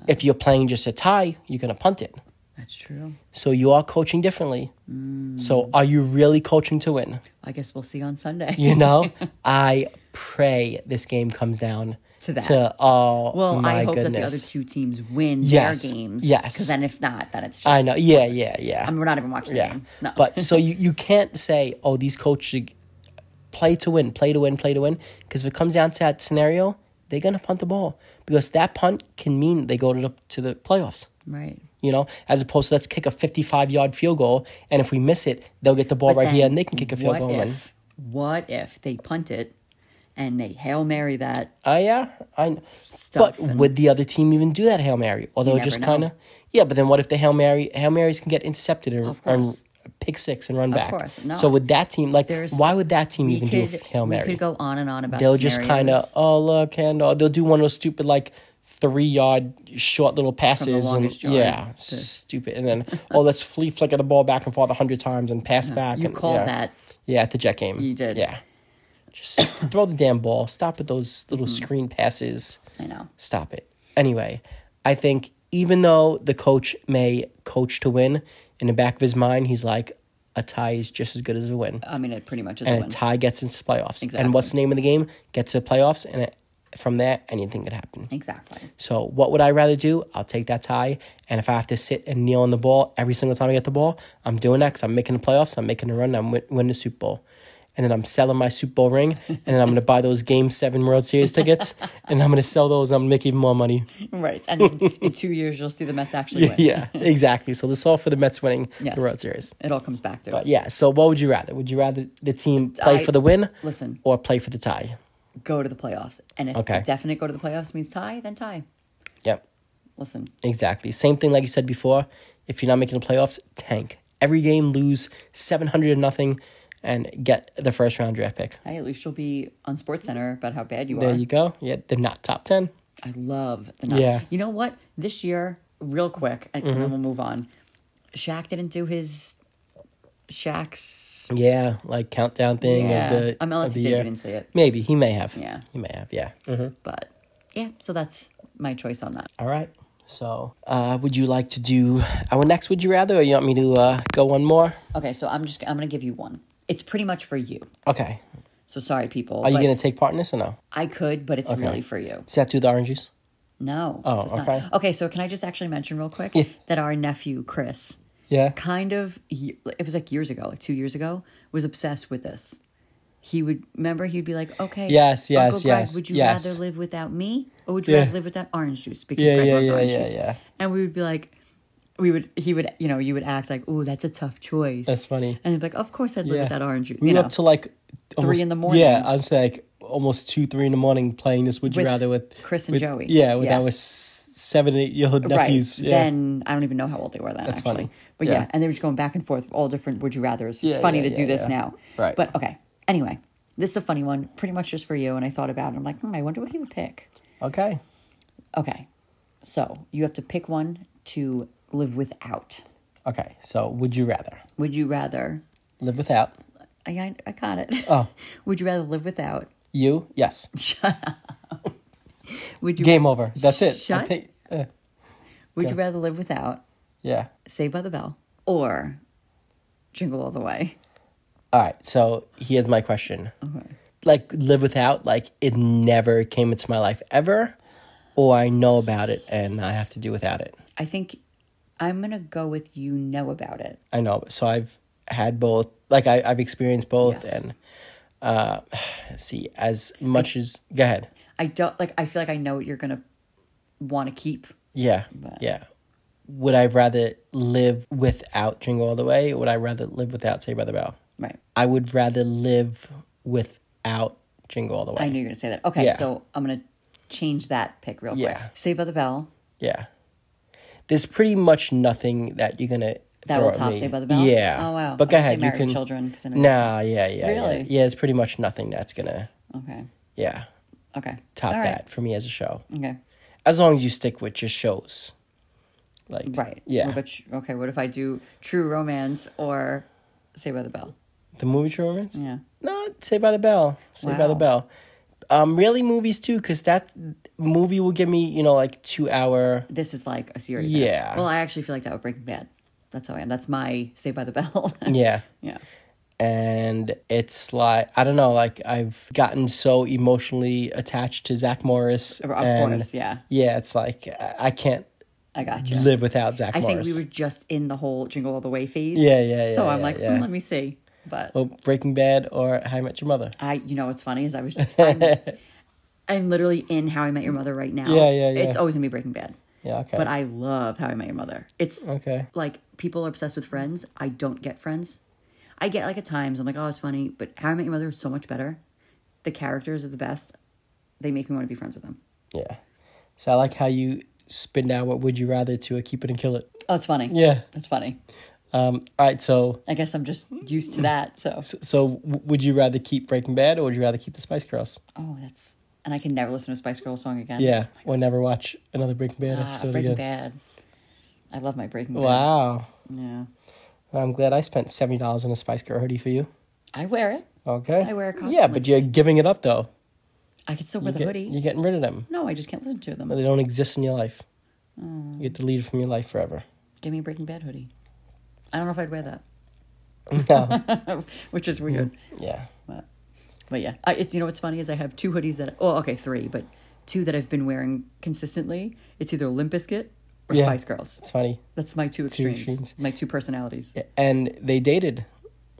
Speaker 3: if you're playing just a tie, you're going to punt it.
Speaker 4: that's true.
Speaker 3: So you are coaching differently.
Speaker 4: Mm.
Speaker 3: So are you really coaching to win?
Speaker 4: I guess we'll see on Sunday.
Speaker 3: You know, I pray this game comes down
Speaker 4: To that.
Speaker 3: To oh,
Speaker 4: Well,
Speaker 3: my
Speaker 4: I hope
Speaker 3: goodness.
Speaker 4: that the other two teams win
Speaker 3: Yes.
Speaker 4: their games.
Speaker 3: Yes.
Speaker 4: Because then if not, then it's just.
Speaker 3: I know. Yeah, yeah, yeah.
Speaker 4: I mean, we're not even watching
Speaker 3: yeah.
Speaker 4: the game. No.
Speaker 3: But so you, you can't say, oh, these coaches play to win, play to win, play to win. Because if it comes down to that scenario, they're going to punt the ball. Because that punt can mean they go to the, to the playoffs.
Speaker 4: right.
Speaker 3: You know, as opposed to let's kick a 55 yard field goal. And if we miss it, they'll get the ball
Speaker 4: But
Speaker 3: right here
Speaker 4: then
Speaker 3: and they can kick a field
Speaker 4: what
Speaker 3: goal. and-
Speaker 4: If, what if they punt it and they hail mary that?
Speaker 3: Oh yeah, I. kn-
Speaker 4: Stuff
Speaker 3: but
Speaker 4: and-
Speaker 3: would the other team even do that hail mary? Although
Speaker 4: never
Speaker 3: just
Speaker 4: know.
Speaker 3: kind of yeah. But then what if the hail mary hail marys can get intercepted and,
Speaker 4: Of
Speaker 3: and
Speaker 4: course.
Speaker 3: pick six and run back?
Speaker 4: course, no.
Speaker 3: So would that team like?
Speaker 4: There's
Speaker 3: why would that team
Speaker 4: we
Speaker 3: even
Speaker 4: could,
Speaker 3: do a hail
Speaker 4: We
Speaker 3: mary?
Speaker 4: could go on and on about.
Speaker 3: They'll just kind of
Speaker 4: scenarios.
Speaker 3: oh look and oh, they'll do one of those stupid like three yard short little passes and
Speaker 4: longest yard
Speaker 3: yeah
Speaker 4: to-
Speaker 3: stupid and then oh let's flea flicker the ball back and forth a hundred times and pass back.
Speaker 4: you
Speaker 3: and,
Speaker 4: called
Speaker 3: yeah.
Speaker 4: that.
Speaker 3: Yeah, at the jet game.
Speaker 4: You did.
Speaker 3: Yeah. Just throw the damn ball. Stop with those little screen passes.
Speaker 4: Mm-hmm. I know.
Speaker 3: Stop it. Anyway, I think even though the coach may coach to win, in the back of his mind, he's like, a tie is just as good as a win.
Speaker 4: I mean, it pretty much is a
Speaker 3: and a
Speaker 4: win.
Speaker 3: tie gets into playoffs.
Speaker 4: Exactly.
Speaker 3: And what's the name of the game? Gets to playoffs, and it, from there, anything could happen.
Speaker 4: exactly.
Speaker 3: So, what would I rather do? I'll take that tie. And if I have to sit and kneel on the ball every single time I get the ball, I'm doing that because I'm making the playoffs, I'm making a run, I'm win- winning the Super Bowl. And then I'm selling my Super Bowl ring, and then I'm going to buy those Game 7 World Series tickets, and I'm going to sell those, and I'm going to make even more money.
Speaker 4: Right. And in, in two years, you'll see the Mets actually win.
Speaker 3: Yeah, exactly. So, this is all for the Mets winning
Speaker 4: Yes.
Speaker 3: the World Series.
Speaker 4: It all comes back to it.
Speaker 3: Yeah, so what would you rather? Would you rather the team play
Speaker 4: I-
Speaker 3: for the win
Speaker 4: Listen.
Speaker 3: or play for the tie?
Speaker 4: Go to the playoffs. And if
Speaker 3: Okay.
Speaker 4: a definite go to the playoffs means tie, then tie.
Speaker 3: Yep.
Speaker 4: Listen,
Speaker 3: Exactly. Same thing like you said before. If you're not making the playoffs, tank. Every game lose 700 to nothing and get the first round draft pick.
Speaker 4: hey, at least you'll be on Sports Center about how bad you
Speaker 3: There
Speaker 4: are.
Speaker 3: you go. Yeah, they're not top 10.
Speaker 4: I love the nut.
Speaker 3: Yeah. Mm-hmm.
Speaker 4: You know what? This year, real quick, and then we'll move on. Shaq didn't do his Shaq's.
Speaker 3: Yeah, like countdown thing
Speaker 4: Yeah.
Speaker 3: of the
Speaker 4: Um, unless
Speaker 3: of
Speaker 4: he
Speaker 3: the
Speaker 4: did, we
Speaker 3: year.
Speaker 4: didn't see it.
Speaker 3: Maybe he may have.
Speaker 4: Yeah. Mm-hmm.
Speaker 3: He may have. Yeah.
Speaker 4: But yeah, so that's my choice on that.
Speaker 3: All right. So, uh, would you like to do our next would you rather or you want me to uh, go one more?
Speaker 4: Okay, so I'm just I'm gonna give you one. It's pretty much for you.
Speaker 3: Okay.
Speaker 4: So sorry, people.
Speaker 3: Are you
Speaker 4: but
Speaker 3: going to take part in this or no?
Speaker 4: I could, but it's really for you.
Speaker 3: Does that do the orange juice?
Speaker 4: No.
Speaker 3: Oh,
Speaker 4: it's not.
Speaker 3: okay.
Speaker 4: Okay, so can I just actually mention real quick that our nephew Chris
Speaker 3: Yeah.
Speaker 4: kind of y- it was like years ago, like two years ago, was obsessed with this. He would remember he'd be like, "Okay,
Speaker 3: Yes, yes,
Speaker 4: Uncle Greg,
Speaker 3: yes,
Speaker 4: would you
Speaker 3: yes.
Speaker 4: rather live without me, or would you
Speaker 3: Yeah.
Speaker 4: rather live without orange juice?" Because
Speaker 3: Yeah,
Speaker 4: Greg
Speaker 3: yeah,
Speaker 4: loves
Speaker 3: yeah,
Speaker 4: orange
Speaker 3: yeah,
Speaker 4: juice,
Speaker 3: yeah.
Speaker 4: and we would be like, we would, he would, you know, you would act like, "Oh, that's a tough choice."
Speaker 3: That's funny.
Speaker 4: And he'd be like, "Of course, I'd live
Speaker 3: Yeah.
Speaker 4: without orange juice."
Speaker 3: We
Speaker 4: you
Speaker 3: were
Speaker 4: know,
Speaker 3: up to like almost-
Speaker 4: in the morning.
Speaker 3: Yeah, I was like almost two, three in the morning playing this. Would you
Speaker 4: With
Speaker 3: rather with
Speaker 4: Chris and
Speaker 3: with-
Speaker 4: Joey.
Speaker 3: Yeah, with
Speaker 4: Yeah.
Speaker 3: our s- seven, eight year old nephews.
Speaker 4: Right.
Speaker 3: Yeah.
Speaker 4: Then I don't even know how old they were then,
Speaker 3: That's
Speaker 4: actually.
Speaker 3: funny.
Speaker 4: But yeah.
Speaker 3: Yeah.
Speaker 4: and they were just going back and forth, all different would you rathers. It's
Speaker 3: Yeah,
Speaker 4: funny
Speaker 3: yeah,
Speaker 4: to do
Speaker 3: yeah,
Speaker 4: this
Speaker 3: yeah.
Speaker 4: now.
Speaker 3: Right.
Speaker 4: But okay. Anyway, this is a funny one, pretty much just for you. And I thought about it. I'm like, hmm, I wonder what he would pick.
Speaker 3: okay.
Speaker 4: Okay. So you have to pick one to live without.
Speaker 3: Okay. So would you rather
Speaker 4: Would you rather?
Speaker 3: live without
Speaker 4: I, I, I caught it.
Speaker 3: Oh.
Speaker 4: would you rather live without?
Speaker 3: you? Yes.
Speaker 4: Would you
Speaker 3: Game over. That's it. I
Speaker 4: Shut-
Speaker 3: pick- uh,
Speaker 4: Would you rather live without
Speaker 3: yeah.
Speaker 4: Saved by the Bell or Jingle All the Way?
Speaker 3: All right. So here's my question. Like live without, like it never came into my life ever, or I know about it and I have to do without it.
Speaker 4: I think I'm gonna go with you know about it.
Speaker 3: I know. So I've had both. Like I, I've experienced both,
Speaker 4: Yes.
Speaker 3: and uh, see as much as go ahead.
Speaker 4: I don't like. I feel like I know what you're gonna want to keep.
Speaker 3: Yeah, yeah. Would I rather live without Jingle All the Way, or would I rather live without Saved by the Bell?
Speaker 4: Right.
Speaker 3: I would rather live without Jingle All the Way.
Speaker 4: I knew you were gonna say that. Okay,
Speaker 3: Yeah.
Speaker 4: so I'm gonna change that pick real
Speaker 3: Yeah.
Speaker 4: quick. Saved by the Bell.
Speaker 3: Yeah. There's pretty much nothing that you're gonna
Speaker 4: That
Speaker 3: throw
Speaker 4: will
Speaker 3: at
Speaker 4: top
Speaker 3: me.
Speaker 4: Saved by the Bell?
Speaker 3: Yeah.
Speaker 4: Oh, wow.
Speaker 3: But go
Speaker 4: I was gonna say
Speaker 3: ahead. You
Speaker 4: Married
Speaker 3: can
Speaker 4: Children, 'cause I know-
Speaker 3: Nah. Yeah. Yeah. Yeah.
Speaker 4: Really?
Speaker 3: Yeah. It's pretty much nothing that's gonna.
Speaker 4: Okay.
Speaker 3: Yeah.
Speaker 4: Okay.
Speaker 3: Top
Speaker 4: All right.
Speaker 3: that for me as a show.
Speaker 4: Okay.
Speaker 3: as long as you stick with your shows. Like
Speaker 4: Right.
Speaker 3: Yeah.
Speaker 4: What about you- okay. What if I do True Romance or Saved by the Bell?
Speaker 3: the movie True Romance?
Speaker 4: Yeah.
Speaker 3: No, Saved by the Bell. Saved by the
Speaker 4: Wow.
Speaker 3: Bell. Um, really movies too, because that movie will give me, you know, like two hour
Speaker 4: This is like a series.
Speaker 3: Yeah.
Speaker 4: Well, I actually feel like that would Breaking Bad. That's how I am. That's my Saved by the Bell.
Speaker 3: Yeah.
Speaker 4: yeah.
Speaker 3: And it's like I don't know, like I've gotten so emotionally attached to Zach Morris.
Speaker 4: Of
Speaker 3: and-
Speaker 4: course. Yeah.
Speaker 3: Yeah, it's like I- I can't
Speaker 4: I got you.
Speaker 3: live without Zach
Speaker 4: I think
Speaker 3: Morris.
Speaker 4: we were just in the whole jingle all the way phase.
Speaker 3: Yeah, yeah,
Speaker 4: So
Speaker 3: yeah,
Speaker 4: I'm
Speaker 3: yeah,
Speaker 4: like,
Speaker 3: yeah.
Speaker 4: "Hmm, let me see. But
Speaker 3: Oh, Breaking Bad or How I Met Your Mother.
Speaker 4: I, you know, what's funny is I was, I'm, I'm literally in How I Met Your Mother right now.
Speaker 3: Yeah, yeah, yeah.
Speaker 4: It's always gonna be Breaking Bad.
Speaker 3: Yeah, okay.
Speaker 4: But I love How I Met Your Mother. It's
Speaker 3: Okay.
Speaker 4: like people are obsessed with Friends. I don't get Friends. I get like at times I'm like, oh, it's funny, but How I Met Your Mother is so much better. The characters are the best. They make me want to be friends with them.
Speaker 3: Yeah. So I like how you spin out what would you rather to a keep it and kill it.
Speaker 4: Oh, it's funny.
Speaker 3: Yeah.
Speaker 4: it's funny.
Speaker 3: Um, all right, so
Speaker 4: I guess I'm just used to that. So
Speaker 3: so w- would you rather keep Breaking Bad or would you rather keep the Spice Girls?
Speaker 4: Oh, that's and I can never listen to a Spice Girl song again.
Speaker 3: Yeah, or never watch another Breaking Bad
Speaker 4: Ah,
Speaker 3: episode
Speaker 4: Breaking
Speaker 3: again.
Speaker 4: Bad. I love my Breaking Bad.
Speaker 3: Wow,
Speaker 4: Yeah,
Speaker 3: I'm glad I spent seventy dollars on a Spice Girl hoodie for you.
Speaker 4: I wear it.
Speaker 3: Okay,
Speaker 4: I wear it
Speaker 3: Yeah,
Speaker 4: constantly.
Speaker 3: but you're giving it up though.
Speaker 4: I can still wear the
Speaker 3: Get-
Speaker 4: hoodie.
Speaker 3: You're getting rid of them.
Speaker 4: No, I just can't listen to them.
Speaker 3: They don't exist in your life.
Speaker 4: Mm.
Speaker 3: You get deleted from your life forever.
Speaker 4: Give me a Breaking Bad hoodie. I don't know if I'd wear that.
Speaker 3: No.
Speaker 4: which is weird.
Speaker 3: Mm. yeah.
Speaker 4: But, but yeah, I, it, you know what's funny is I have two hoodies that, oh, okay, three, but two that I've been wearing consistently. It's either Limp Bizkit or
Speaker 3: Yeah.
Speaker 4: Spice Girls.
Speaker 3: It's funny.
Speaker 4: That's my two extremes,
Speaker 3: extremes.
Speaker 4: my two personalities.
Speaker 3: And they dated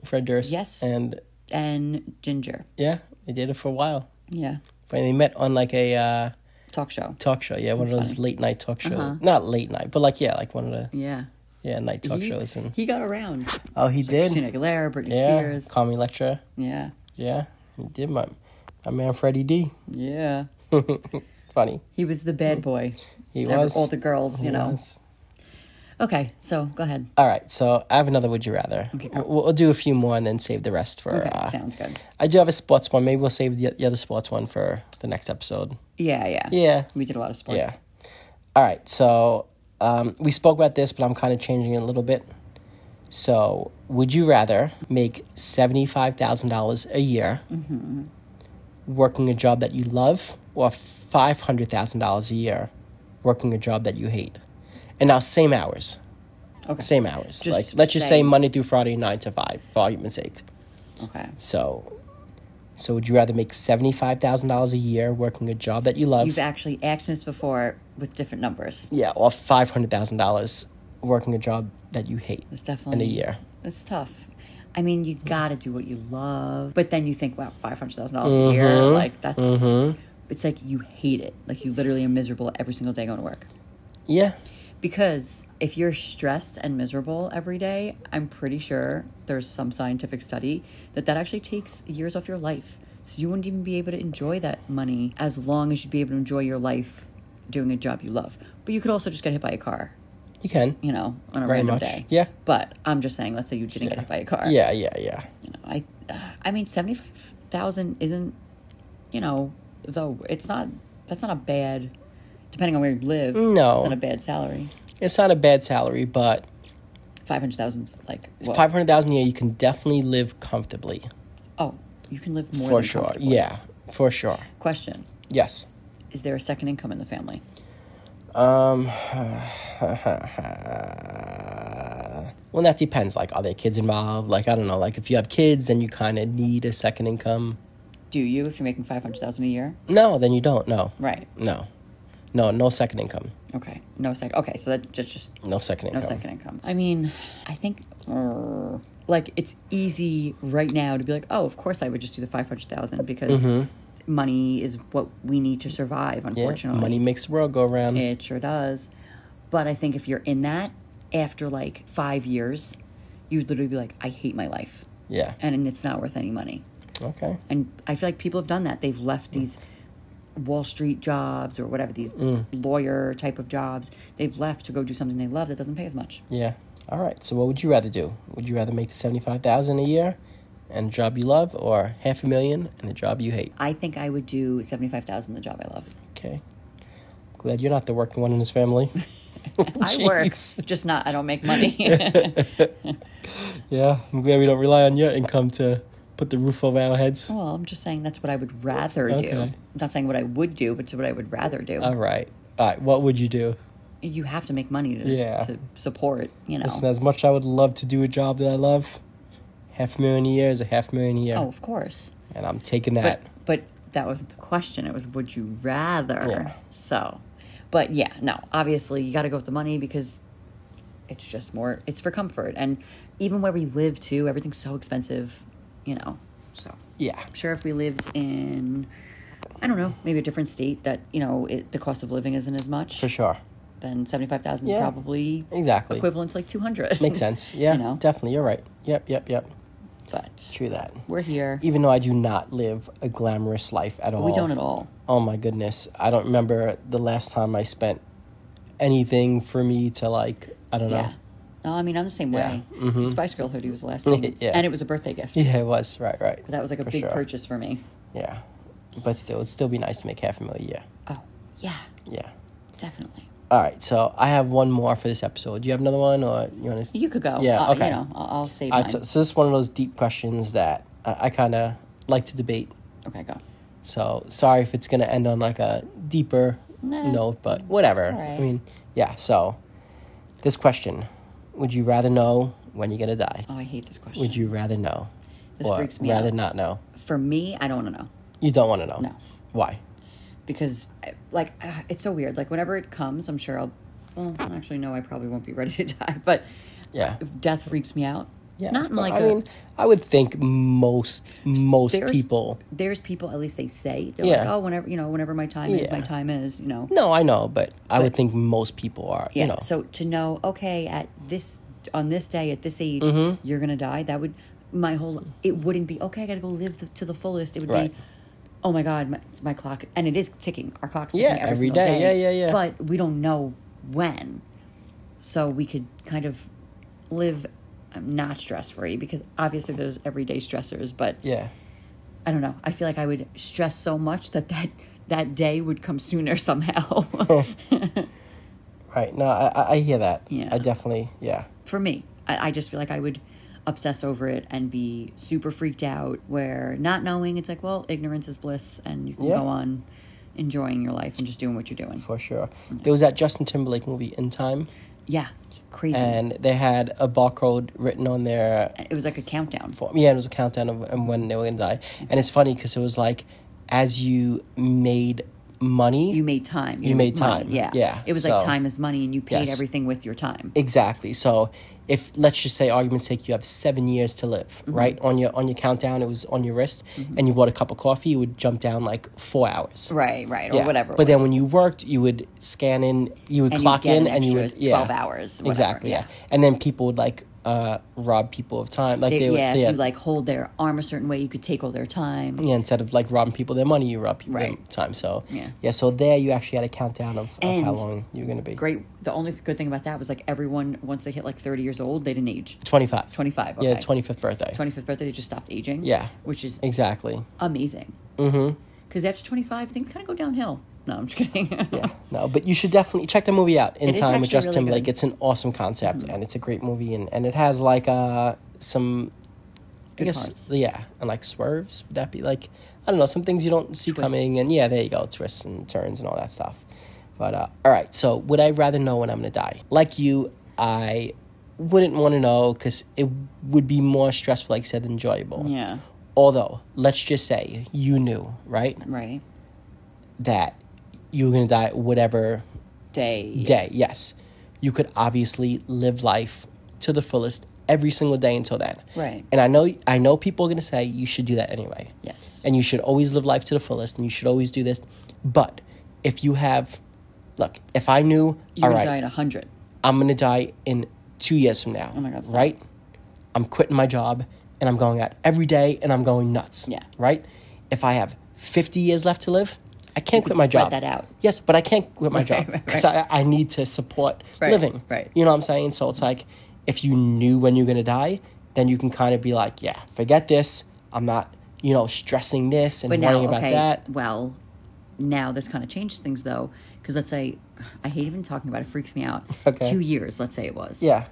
Speaker 3: Fred Durst.
Speaker 4: Yes.
Speaker 3: And
Speaker 4: And Ginger.
Speaker 3: yeah, they dated for a while.
Speaker 4: Yeah.
Speaker 3: And they met on like a uh,
Speaker 4: Talk show.
Speaker 3: talk show. Yeah, one of those late night talk shows. Not late night, but like, yeah, like one of the
Speaker 4: Uh-huh. Yeah.
Speaker 3: yeah night talk
Speaker 4: He,
Speaker 3: shows. And
Speaker 4: he got around.
Speaker 3: Oh, he
Speaker 4: Christina
Speaker 3: did?
Speaker 4: Aguilera, Britney
Speaker 3: Yeah.
Speaker 4: Spears.
Speaker 3: Call me Lectra.
Speaker 4: Yeah.
Speaker 3: Yeah, he did. My, my man Freddie D.
Speaker 4: Yeah.
Speaker 3: Funny.
Speaker 4: He was the bad boy.
Speaker 3: Mm. He
Speaker 4: Ever-
Speaker 3: was.
Speaker 4: All the girls, you
Speaker 3: He
Speaker 4: know.
Speaker 3: was.
Speaker 4: Okay, so go ahead.
Speaker 3: All right, so I have another Would You Rather. We'll, we'll do a few more and then save the rest for.
Speaker 4: Okay,
Speaker 3: uh,
Speaker 4: sounds good.
Speaker 3: I do have a sports one. Maybe we'll save the, the other sports one for the next episode.
Speaker 4: Yeah, yeah.
Speaker 3: Yeah.
Speaker 4: We did a lot of sports.
Speaker 3: Yeah. All right, so um, we spoke about this, but I'm kind of changing it a little bit. So, would you rather make $75,000 a year
Speaker 4: Mm-hmm.
Speaker 3: working a job that you love or $500,000 a year working a job that you hate? And now, same hours.
Speaker 4: Okay.
Speaker 3: Same hours.
Speaker 4: Just
Speaker 3: like, let's just say
Speaker 4: same.
Speaker 3: Monday through Friday, 9 to 5, for argument's sake.
Speaker 4: Okay.
Speaker 3: So, so would you rather make $75,000 a year working a job that you love?
Speaker 4: You've actually asked me this before with different numbers.
Speaker 3: Yeah, or five hundred thousand dollars working a job that you hate
Speaker 4: It's definitely
Speaker 3: in a year.
Speaker 4: It's tough. I mean, you gotta do what you love, but then you think, wow, five hundred thousand dollars a year,
Speaker 3: Mm-hmm.
Speaker 4: like that's. It's like you hate it. Like you literally are miserable every single day going to work.
Speaker 3: Yeah,
Speaker 4: Because if you're stressed and miserable every day, I'm pretty sure there's some scientific study that that actually takes years off your life. So you wouldn't even be able to enjoy that money as long as you'd be able to enjoy your life doing a job you love. But you could also just get hit by a car,
Speaker 3: you can.
Speaker 4: you know, on a
Speaker 3: Very
Speaker 4: random
Speaker 3: much.
Speaker 4: day.
Speaker 3: Yeah.
Speaker 4: But I'm just saying, let's say you didn't get hit by a car.
Speaker 3: Yeah, yeah, yeah.
Speaker 4: You know, I, I mean, seventy five thousand isn't, you know, though it's not. That's not a bad. Depending on where you live,
Speaker 3: No.
Speaker 4: it's not a bad salary.
Speaker 3: It's not a bad salary, but
Speaker 4: Five hundred thousand's like what?
Speaker 3: five hundred thousand a year you can definitely live comfortably
Speaker 4: Oh, you can live more
Speaker 3: for
Speaker 4: than
Speaker 3: sure.
Speaker 4: comfortably.
Speaker 3: Yeah, for sure.
Speaker 4: Question:
Speaker 3: Yes.
Speaker 4: Is there a second income in the family?
Speaker 3: Uh, Well, that depends. Like, are there kids involved? Like, I don't know. Like, if you have kids, then you kind of need a second income.
Speaker 4: Do you if you're making five hundred thousand a year?
Speaker 3: No, then you don't. No.
Speaker 4: Right.
Speaker 3: No. No. No second income.
Speaker 4: Okay. No second. Okay, so that, that's just
Speaker 3: No second
Speaker 4: no
Speaker 3: income.
Speaker 4: second income. I mean, I think uh, like it's easy right now to be like, oh, of course I would just do the five hundred thousand because money is what we need to survive.
Speaker 3: Mm-hmm. Yeah,
Speaker 4: Unfortunately,
Speaker 3: money makes the world go round.
Speaker 4: It sure does. But I think if you're in that after like five years, you'd literally be like, I hate my life.
Speaker 3: Yeah.
Speaker 4: And it's not worth any money.
Speaker 3: Okay.
Speaker 4: And I feel like people have done that. They've left
Speaker 3: Mm.
Speaker 4: these Wall Street jobs or whatever, these
Speaker 3: Mm.
Speaker 4: lawyer type of jobs. They've left to go do something they love that doesn't pay as much.
Speaker 3: Yeah. All right. So, what would you rather do? Would you rather make the seventy-five thousand a year and a job you love, or half a million and a job you hate?
Speaker 4: I think I would do 75,000 the job I love.
Speaker 3: Okay. Glad you're not the working one in this family.
Speaker 4: I work,
Speaker 3: Jeez.
Speaker 4: just not, I don't make money.
Speaker 3: Yeah. I'm glad we don't rely on your income to put the roof over our heads.
Speaker 4: well, I'm just saying that's what I would rather do.
Speaker 3: Okay. Uh,
Speaker 4: I'm not saying what I would do, but it's what I would rather do.
Speaker 3: All right. All right. What would you do?
Speaker 4: you have to make money to,
Speaker 3: Yeah.
Speaker 4: to support, you know.
Speaker 3: Listen, as much as I would love to do a job that I love, half a million a year is a half million a year,
Speaker 4: oh, of course.
Speaker 3: and I'm taking that.
Speaker 4: But but that wasn't the question. It was would you rather?
Speaker 3: Yeah.
Speaker 4: So, but yeah, no. Obviously, you got to go with the money because it's just more. It's for comfort, and even where we live too, everything's so expensive. You know, so
Speaker 3: yeah.
Speaker 4: I'm sure if we lived in, I don't know, maybe a different state that you know it, the cost of living isn't as much.
Speaker 3: For sure.
Speaker 4: Then seventy five thousand is
Speaker 3: Yeah.
Speaker 4: probably
Speaker 3: Exactly.
Speaker 4: equivalent to like two hundred.
Speaker 3: Makes sense. Yeah.
Speaker 4: Hmm. you know,
Speaker 3: Definitely. You're right. Yep. Yep. Yep.
Speaker 4: but
Speaker 3: True that.
Speaker 4: we're here.
Speaker 3: even though I do not live a glamorous life at all.
Speaker 4: We don't at all.
Speaker 3: Oh my goodness. I don't remember the last time I spent anything for me to like, I don't
Speaker 4: Yeah.
Speaker 3: know.
Speaker 4: No, I mean I'm the same way. Spice Girl hoodie was the last thing,
Speaker 3: Mm-hmm. Yeah.
Speaker 4: and it was a birthday gift.
Speaker 3: Yeah, it was. Right, right.
Speaker 4: That was like a
Speaker 3: For
Speaker 4: big
Speaker 3: sure.
Speaker 4: purchase for me.
Speaker 3: Yeah. But still, it'd still be nice to make half a million. Yeah.
Speaker 4: Oh yeah,
Speaker 3: Yeah.
Speaker 4: definitely.
Speaker 3: All right. So I have one more for this episode. Do you have another one or you want to?
Speaker 4: You could go.
Speaker 3: Yeah,
Speaker 4: Uh,
Speaker 3: okay.
Speaker 4: You know, I'll, I'll save
Speaker 3: All
Speaker 4: mine.
Speaker 3: right, so, so this is one of those deep questions that I, I kind of like to debate.
Speaker 4: okay, go.
Speaker 3: So sorry if it's gonna end on like a deeper
Speaker 4: Nah,
Speaker 3: note, but whatever.
Speaker 4: all right.
Speaker 3: I mean, yeah. So this question: Would you rather know When you gonna die?
Speaker 4: Oh, I hate this question.
Speaker 3: Would you rather know?
Speaker 4: This
Speaker 3: or
Speaker 4: freaks me
Speaker 3: rather
Speaker 4: out.
Speaker 3: not know.
Speaker 4: For me, I don't know
Speaker 3: You don't want to know.
Speaker 4: No.
Speaker 3: Why?
Speaker 4: because, I- like, uh, it's so weird. Like, whenever it comes, I'm sure I'll. Well, actually, no, I probably won't be ready to die. But
Speaker 3: Yeah.
Speaker 4: death freaks me out.
Speaker 3: Yeah.
Speaker 4: Not in
Speaker 3: but
Speaker 4: like
Speaker 3: I
Speaker 4: a-
Speaker 3: mean, I would think most most
Speaker 4: there's-
Speaker 3: people.
Speaker 4: There's people, at least they say, they're like,
Speaker 3: Yeah.
Speaker 4: oh, whenever you know, whenever my time is, my
Speaker 3: Yeah.
Speaker 4: time is, you know.
Speaker 3: No, I know, but I would think most people are.
Speaker 4: Yeah.
Speaker 3: You know.
Speaker 4: So to know, okay, at this on this day at this age,
Speaker 3: Mm-hmm.
Speaker 4: you're gonna die. That would my whole. It wouldn't be okay. I gotta go live the, to the fullest. It would
Speaker 3: Right.
Speaker 4: be. Oh my God, my, my clock, and it is ticking. Our clock's ticking
Speaker 3: Yeah,
Speaker 4: every,
Speaker 3: every
Speaker 4: single
Speaker 3: day.
Speaker 4: day.
Speaker 3: Yeah, yeah, yeah.
Speaker 4: But we don't know when, so we could kind of live um, not stress free because obviously there's everyday stressors, but
Speaker 3: yeah.
Speaker 4: I don't know. I feel like I would stress so much that that, that day would come sooner somehow
Speaker 3: Oh, Right. No, I I- I hear that.
Speaker 4: Yeah.
Speaker 3: I definitely. Yeah.
Speaker 4: for me. I, I just feel like I would obsess over it and be super freaked out where not knowing it's like, well, ignorance is bliss and you can
Speaker 3: Yeah.
Speaker 4: go on enjoying your life and just doing what you're doing.
Speaker 3: For sure. There was that Justin Timberlake movie In Time,
Speaker 4: Yeah. Crazy.
Speaker 3: and they had a barcode written on their
Speaker 4: it was like a countdown.
Speaker 3: form. Yeah, it was a countdown of and when they were gonna die.
Speaker 4: Mm-hmm.
Speaker 3: And it's funny because it was like, as you made money,
Speaker 4: You made time.
Speaker 3: You made
Speaker 4: money.
Speaker 3: time.
Speaker 4: Yeah.
Speaker 3: Yeah.
Speaker 4: It was
Speaker 3: So-
Speaker 4: like time is money and you paid
Speaker 3: Yes.
Speaker 4: everything with your time.
Speaker 3: Exactly. So if let's just say argument's sake you have seven years to live,
Speaker 4: Mm-hmm.
Speaker 3: right? On your on your countdown it was on your wrist and you bought a cup of coffee, you would jump down like four hours.
Speaker 4: right, right. Or
Speaker 3: Yeah.
Speaker 4: whatever. it
Speaker 3: But
Speaker 4: was.
Speaker 3: then when you worked, you would scan in, you would
Speaker 4: And you'd
Speaker 3: clock
Speaker 4: get
Speaker 3: in,
Speaker 4: an
Speaker 3: and you would
Speaker 4: extra
Speaker 3: yeah,
Speaker 4: 12 hours, whatever,
Speaker 3: exactly, yeah.
Speaker 4: yeah.
Speaker 3: And then people would like uh, rob people of time, like they, would,
Speaker 4: yeah, if you like hold their arm a certain way, you could take all their time.
Speaker 3: yeah, instead of like robbing people their money, you rob people their
Speaker 4: Right.
Speaker 3: time. So
Speaker 4: Yeah.
Speaker 3: So there you actually had a countdown of, of how
Speaker 4: And
Speaker 3: long you're gonna be.
Speaker 4: Great. The only good thing about that was like everyone once they hit like 30 years old, they didn't age.
Speaker 3: Twenty five.
Speaker 4: 25,
Speaker 3: Yeah,
Speaker 4: okay.
Speaker 3: twenty fifth birthday.
Speaker 4: 25th birthday, they just stopped aging.
Speaker 3: Yeah.
Speaker 4: Which is
Speaker 3: Exactly.
Speaker 4: amazing. Mm-hmm. Because after 25, things kind of go downhill. No, I'm just kidding.
Speaker 3: yeah, no, but you should definitely check the movie out in
Speaker 4: It is
Speaker 3: time with
Speaker 4: actually
Speaker 3: Justin
Speaker 4: really
Speaker 3: Timberlake.
Speaker 4: good. Mm-hmm.
Speaker 3: It's an awesome concept, and it's a great movie, and, and it has like uh some, I
Speaker 4: Good
Speaker 3: guess
Speaker 4: parts.
Speaker 3: yeah, and like swerves. Would that be like I don't know some things you don't see coming,
Speaker 4: Twists.
Speaker 3: and yeah, there you go, twists and turns and all that stuff. But uh, all right, so would I rather know when I'm gonna die? Like you, I wouldn't want to know because it would be more stressful, like you said, than enjoyable.
Speaker 4: Yeah.
Speaker 3: Although, let's just say you knew, right,
Speaker 4: Right.
Speaker 3: that you were gonna die, whatever
Speaker 4: Day.
Speaker 3: day. Yes, you could obviously live life to the fullest every single day until then.
Speaker 4: Right.
Speaker 3: And I know I know people are gonna say you should do that anyway.
Speaker 4: Yes.
Speaker 3: And you should always live life to the fullest, and you should always do this. But if you have, look, if I knew,
Speaker 4: You're
Speaker 3: all
Speaker 4: going
Speaker 3: right,
Speaker 4: to die at 100.
Speaker 3: I'm gonna die in two years from now. Oh
Speaker 4: my God, stop.
Speaker 3: Right? I'm quitting my job and I'm going out every day and I'm going nuts.
Speaker 4: Yeah.
Speaker 3: Right? If I have 50 years left to live, I can't
Speaker 4: could
Speaker 3: quit my
Speaker 4: spread
Speaker 3: job.
Speaker 4: that out.
Speaker 3: Yes, but I can't quit my
Speaker 4: Right,
Speaker 3: job
Speaker 4: right,
Speaker 3: because
Speaker 4: right.
Speaker 3: I, I need to support
Speaker 4: Right,
Speaker 3: living.
Speaker 4: right.
Speaker 3: You know what I'm saying? So it's like if you knew when you're gonna die, then you can kind of be like, yeah, forget this. I'm not, you know, stressing this and
Speaker 4: But now,
Speaker 3: worrying about
Speaker 4: okay.
Speaker 3: that.
Speaker 4: Well, now this kind of changes things though. Because let's say, I hate even talking about it, it freaks me out.
Speaker 3: Okay.
Speaker 4: Two years, let's say it was.
Speaker 3: Yeah.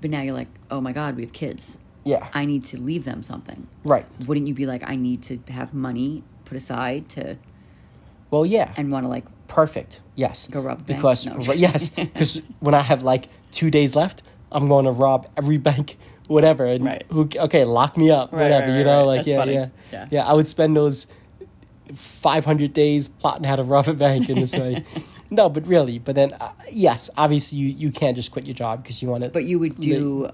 Speaker 4: But now you're like, oh my God, we have kids.
Speaker 3: Yeah.
Speaker 4: I need to leave them something.
Speaker 3: right.
Speaker 4: Wouldn't you be like, I need to have money put aside to,
Speaker 3: Well, yeah.
Speaker 4: and want to like,
Speaker 3: perfect. Yes.
Speaker 4: Go rob a bank?
Speaker 3: because
Speaker 4: No.
Speaker 3: ri- yes, because when I have like two days left, I'm going to rob every bank, whatever. And
Speaker 4: Right.
Speaker 3: Who? ca- Okay, lock me up,
Speaker 4: Right,
Speaker 3: whatever.
Speaker 4: right,
Speaker 3: you
Speaker 4: right,
Speaker 3: know,
Speaker 4: right.
Speaker 3: like
Speaker 4: That's
Speaker 3: yeah,
Speaker 4: funny.
Speaker 3: yeah,
Speaker 4: Yeah.
Speaker 3: I would spend those five hundred days plotting how to rob a bank in this way. No, but really, but then uh, yes, obviously you you can't just quit your job because you want to.
Speaker 4: but you would do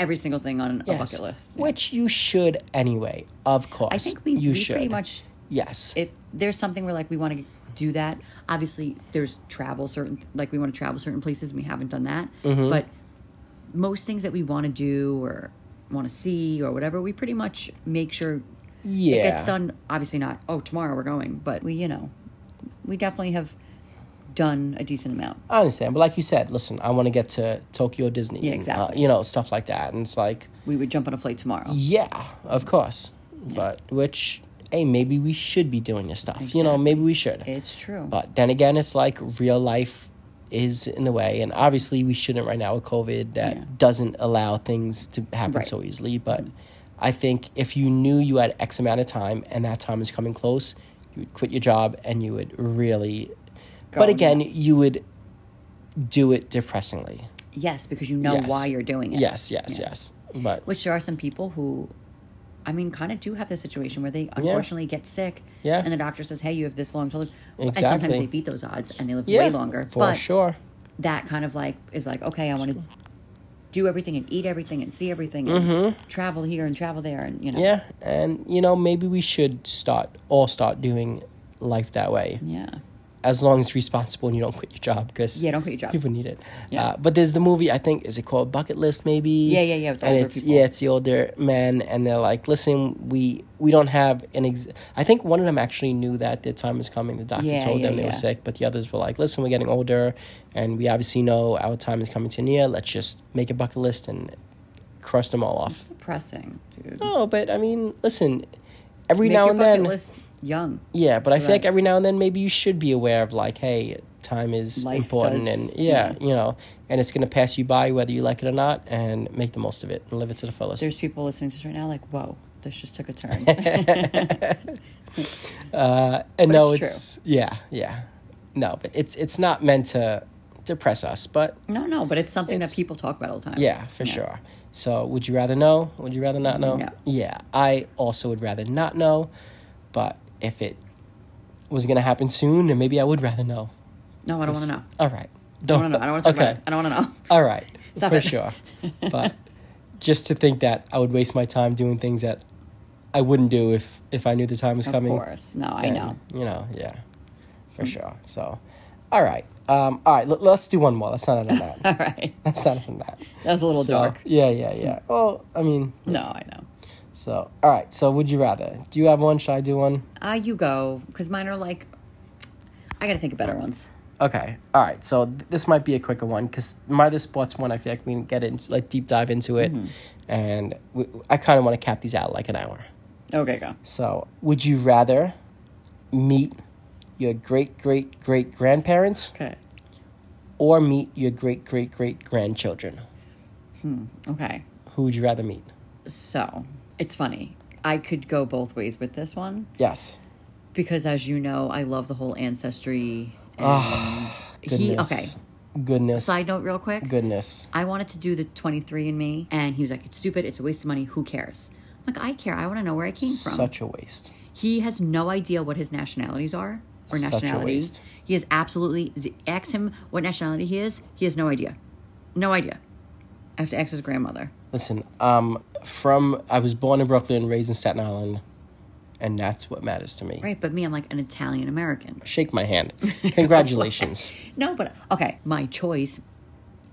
Speaker 4: every single thing on a bucket list. Yeah.
Speaker 3: which you should anyway. Of course,
Speaker 4: I think we,
Speaker 3: you
Speaker 4: we
Speaker 3: should
Speaker 4: pretty much,
Speaker 3: yes.
Speaker 4: if there's something where like we want to do that, obviously there's travel certain, like we want to travel certain places and we haven't done that.
Speaker 3: Mm-hmm.
Speaker 4: But most things that we want to do or want to see or whatever, we pretty much make sure
Speaker 3: yeah,
Speaker 4: it gets done obviously not oh tomorrow we're going but we you know we definitely have done a decent amount
Speaker 3: I understand, but like you said, listen, I want to get to Tokyo Disney.
Speaker 4: Yeah,
Speaker 3: and, uh,
Speaker 4: exactly.
Speaker 3: you know, stuff like that, and it's like,
Speaker 4: we would jump on a flight tomorrow
Speaker 3: yeah, of course, but which, hey, maybe we should be doing this stuff. You know,
Speaker 4: Exactly.
Speaker 3: maybe we should.
Speaker 4: it's true
Speaker 3: but then again, it's like real life is in a way, and obviously we shouldn't right now with COVID that
Speaker 4: Yeah.
Speaker 3: doesn't allow things to happen
Speaker 4: Right.
Speaker 3: so easily. But I think if you knew you had X amount of time and that time is coming close, you would quit your job and you would really.
Speaker 4: Go
Speaker 3: but again,
Speaker 4: nuts.
Speaker 3: you would do it depressingly.
Speaker 4: Yes, because you know
Speaker 3: Yes.
Speaker 4: why you're doing it.
Speaker 3: Yes, yes, yes. But
Speaker 4: Which there are some people who, I mean, kind of do have this situation where they unfortunately get sick.
Speaker 3: Yeah.
Speaker 4: And the doctor says, hey, you have this long to live. And sometimes
Speaker 3: Exactly.
Speaker 4: they beat those odds and they live
Speaker 3: yeah,
Speaker 4: way longer.
Speaker 3: for
Speaker 4: but
Speaker 3: sure.
Speaker 4: that kind of like is like, okay, I want to do everything and eat everything and see everything and travel here and travel there. And, you know.
Speaker 3: Mm-hmm. Yeah, and you know maybe we should start all start doing life that way.
Speaker 4: Yeah.
Speaker 3: as long as it's responsible and you don't quit your job because
Speaker 4: Yeah, don't quit your job.
Speaker 3: People need it.
Speaker 4: Yeah.
Speaker 3: Uh, but there's the movie I think is it called Bucket List maybe? Yeah,
Speaker 4: yeah, yeah, with the
Speaker 3: and
Speaker 4: older
Speaker 3: it's
Speaker 4: people.
Speaker 3: yeah, it's the older men and they're like, listen, we we don't have an ex. I think one of them actually knew that their time was coming. The doctor
Speaker 4: Yeah,
Speaker 3: told
Speaker 4: yeah,
Speaker 3: them they were
Speaker 4: yeah.
Speaker 3: sick, but the others were like, listen, we're getting older, and we obviously know our time is coming to near. Let's just make a bucket list and cross them all off.
Speaker 4: It's depressing, dude.
Speaker 3: No, but I mean, listen, every
Speaker 4: Make
Speaker 3: now
Speaker 4: your
Speaker 3: and
Speaker 4: bucket
Speaker 3: then.
Speaker 4: list young.
Speaker 3: Yeah, but I
Speaker 4: So
Speaker 3: feel like
Speaker 4: that-
Speaker 3: every now and then maybe you should be aware of like, hey, time is
Speaker 4: Life
Speaker 3: important
Speaker 4: does-
Speaker 3: and yeah, you know, and it's gonna pass you by whether you like it or not, and make the most of it and live it to the fullest.
Speaker 4: There's people listening to this right now like, whoa, this just took a turn.
Speaker 3: and
Speaker 4: but
Speaker 3: no,
Speaker 4: it's true.
Speaker 3: it's, yeah, yeah, no, but it's it's not meant to depress us, but
Speaker 4: no, no, but it's something
Speaker 3: It's-
Speaker 4: that people talk about all the time.
Speaker 3: yeah, for sure. So, would you rather know? Would you rather not know?
Speaker 4: No.
Speaker 3: Yeah, I also would rather not know, but if it was gonna happen soon, then maybe I would rather know.
Speaker 4: No, I don't want to know.
Speaker 3: All right,
Speaker 4: I don't want to know. I don't want to talk
Speaker 3: okay.
Speaker 4: about it. I don't want to know.
Speaker 3: All right,
Speaker 4: Stop
Speaker 3: for
Speaker 4: it.
Speaker 3: sure. But just to think that I would waste my time doing things that I wouldn't do if if I knew the time was
Speaker 4: Of
Speaker 3: coming.
Speaker 4: course. No, I
Speaker 3: then,
Speaker 4: know.
Speaker 3: You know, yeah, for sure. So, all right, um, all right. Let, let's do one more. Let's not end on that.
Speaker 4: All right.
Speaker 3: let's not end on that.
Speaker 4: That was a little
Speaker 3: So,
Speaker 4: dark.
Speaker 3: Yeah, yeah, yeah. Well, I mean,
Speaker 4: No, I know.
Speaker 3: so all right. So, would you rather? Do you have one? Should I do one?
Speaker 4: Uh, you go, because mine are like, I got to think of better ones.
Speaker 3: Okay. All right. So th- this might be a quicker one because my other sports one, I feel like we can get into like deep dive into it, and we, I kind of want to cap these out like an hour.
Speaker 4: Okay, go.
Speaker 3: So would you rather meet your great great great grandparents
Speaker 4: Okay.
Speaker 3: or meet your great great great grandchildren?
Speaker 4: Okay.
Speaker 3: Who would you rather meet?
Speaker 4: So it's funny. I could go both ways with this one
Speaker 3: Yes.
Speaker 4: because, as you know, I love the whole ancestry. And he, okay.
Speaker 3: Ah, Goodness. Goodness.
Speaker 4: Side note, real quick.
Speaker 3: Goodness.
Speaker 4: I wanted to do the 23andMe, and he was like, it's stupid, it's a waste of money, who cares? I'm like, I care, I want to know where I came from.
Speaker 3: Such a waste.
Speaker 4: he has no idea what his nationalities are or
Speaker 3: Such a
Speaker 4: nationality.
Speaker 3: waste.
Speaker 4: He is absolutely, z- ask him what nationality he is, he has no idea. No idea. I have to ask his grandmother.
Speaker 3: Listen, um, from I was born in Brooklyn, raised in Staten Island, and that's what matters to me.
Speaker 4: Right, but me, I'm like an Italian American.
Speaker 3: Shake my hand. Congratulations.
Speaker 4: No, but okay, my choice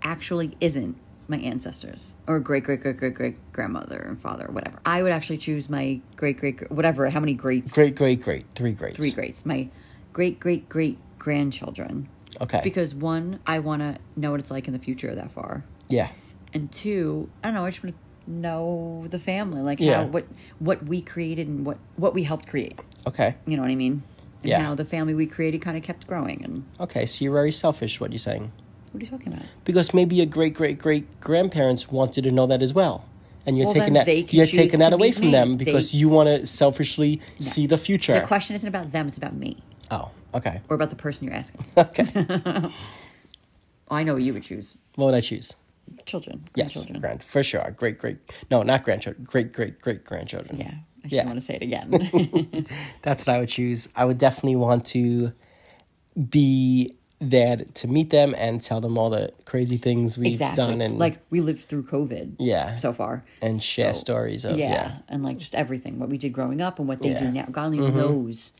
Speaker 4: actually isn't my ancestors or great great great great great grandmother and father, whatever. I would actually choose my great great whatever, how many greats?
Speaker 3: great, great, great. Three greats.
Speaker 4: three greats, my great great great grandchildren.
Speaker 3: Okay.
Speaker 4: Because one, I want to know what it's like in the future that far,
Speaker 3: yeah.
Speaker 4: and two, I don't know. I just want to know the family, like
Speaker 3: Yeah.
Speaker 4: how what what we created and what what we helped create.
Speaker 3: Okay.
Speaker 4: You know what I mean? And
Speaker 3: Yeah.
Speaker 4: How the family we created kind of kept growing. And
Speaker 3: Okay. So you're very selfish. What you're saying?
Speaker 4: what are you talking about?
Speaker 3: Because maybe your great, great, great grandparents wanted to know that as well, and you're
Speaker 4: Well,
Speaker 3: taking that
Speaker 4: then they can
Speaker 3: you're
Speaker 4: choose
Speaker 3: taking
Speaker 4: to
Speaker 3: that away
Speaker 4: meet
Speaker 3: from
Speaker 4: me.
Speaker 3: them because
Speaker 4: They-
Speaker 3: you want to selfishly see the future.
Speaker 4: The question isn't about them; it's about me
Speaker 3: oh. Okay.
Speaker 4: or about the person you're asking.
Speaker 3: Okay.
Speaker 4: I know what you would choose
Speaker 3: what would I choose?
Speaker 4: children.
Speaker 3: Yes,
Speaker 4: grandchildren.
Speaker 3: grand for sure. Great, great. No, not grandchildren. Great, great, great grandchildren.
Speaker 4: Yeah, I just
Speaker 3: Yeah.
Speaker 4: want to say it again.
Speaker 3: That's what I would choose. I would definitely want to be there to meet them and tell them all the crazy things we've
Speaker 4: exactly.
Speaker 3: done and
Speaker 4: like we lived through COVID.
Speaker 3: Yeah.
Speaker 4: So far,
Speaker 3: and share
Speaker 4: So-
Speaker 3: stories of yeah,
Speaker 4: yeah, and like just everything what we did growing up and what they
Speaker 3: Yeah. Mm-hmm.
Speaker 4: do now. God only knows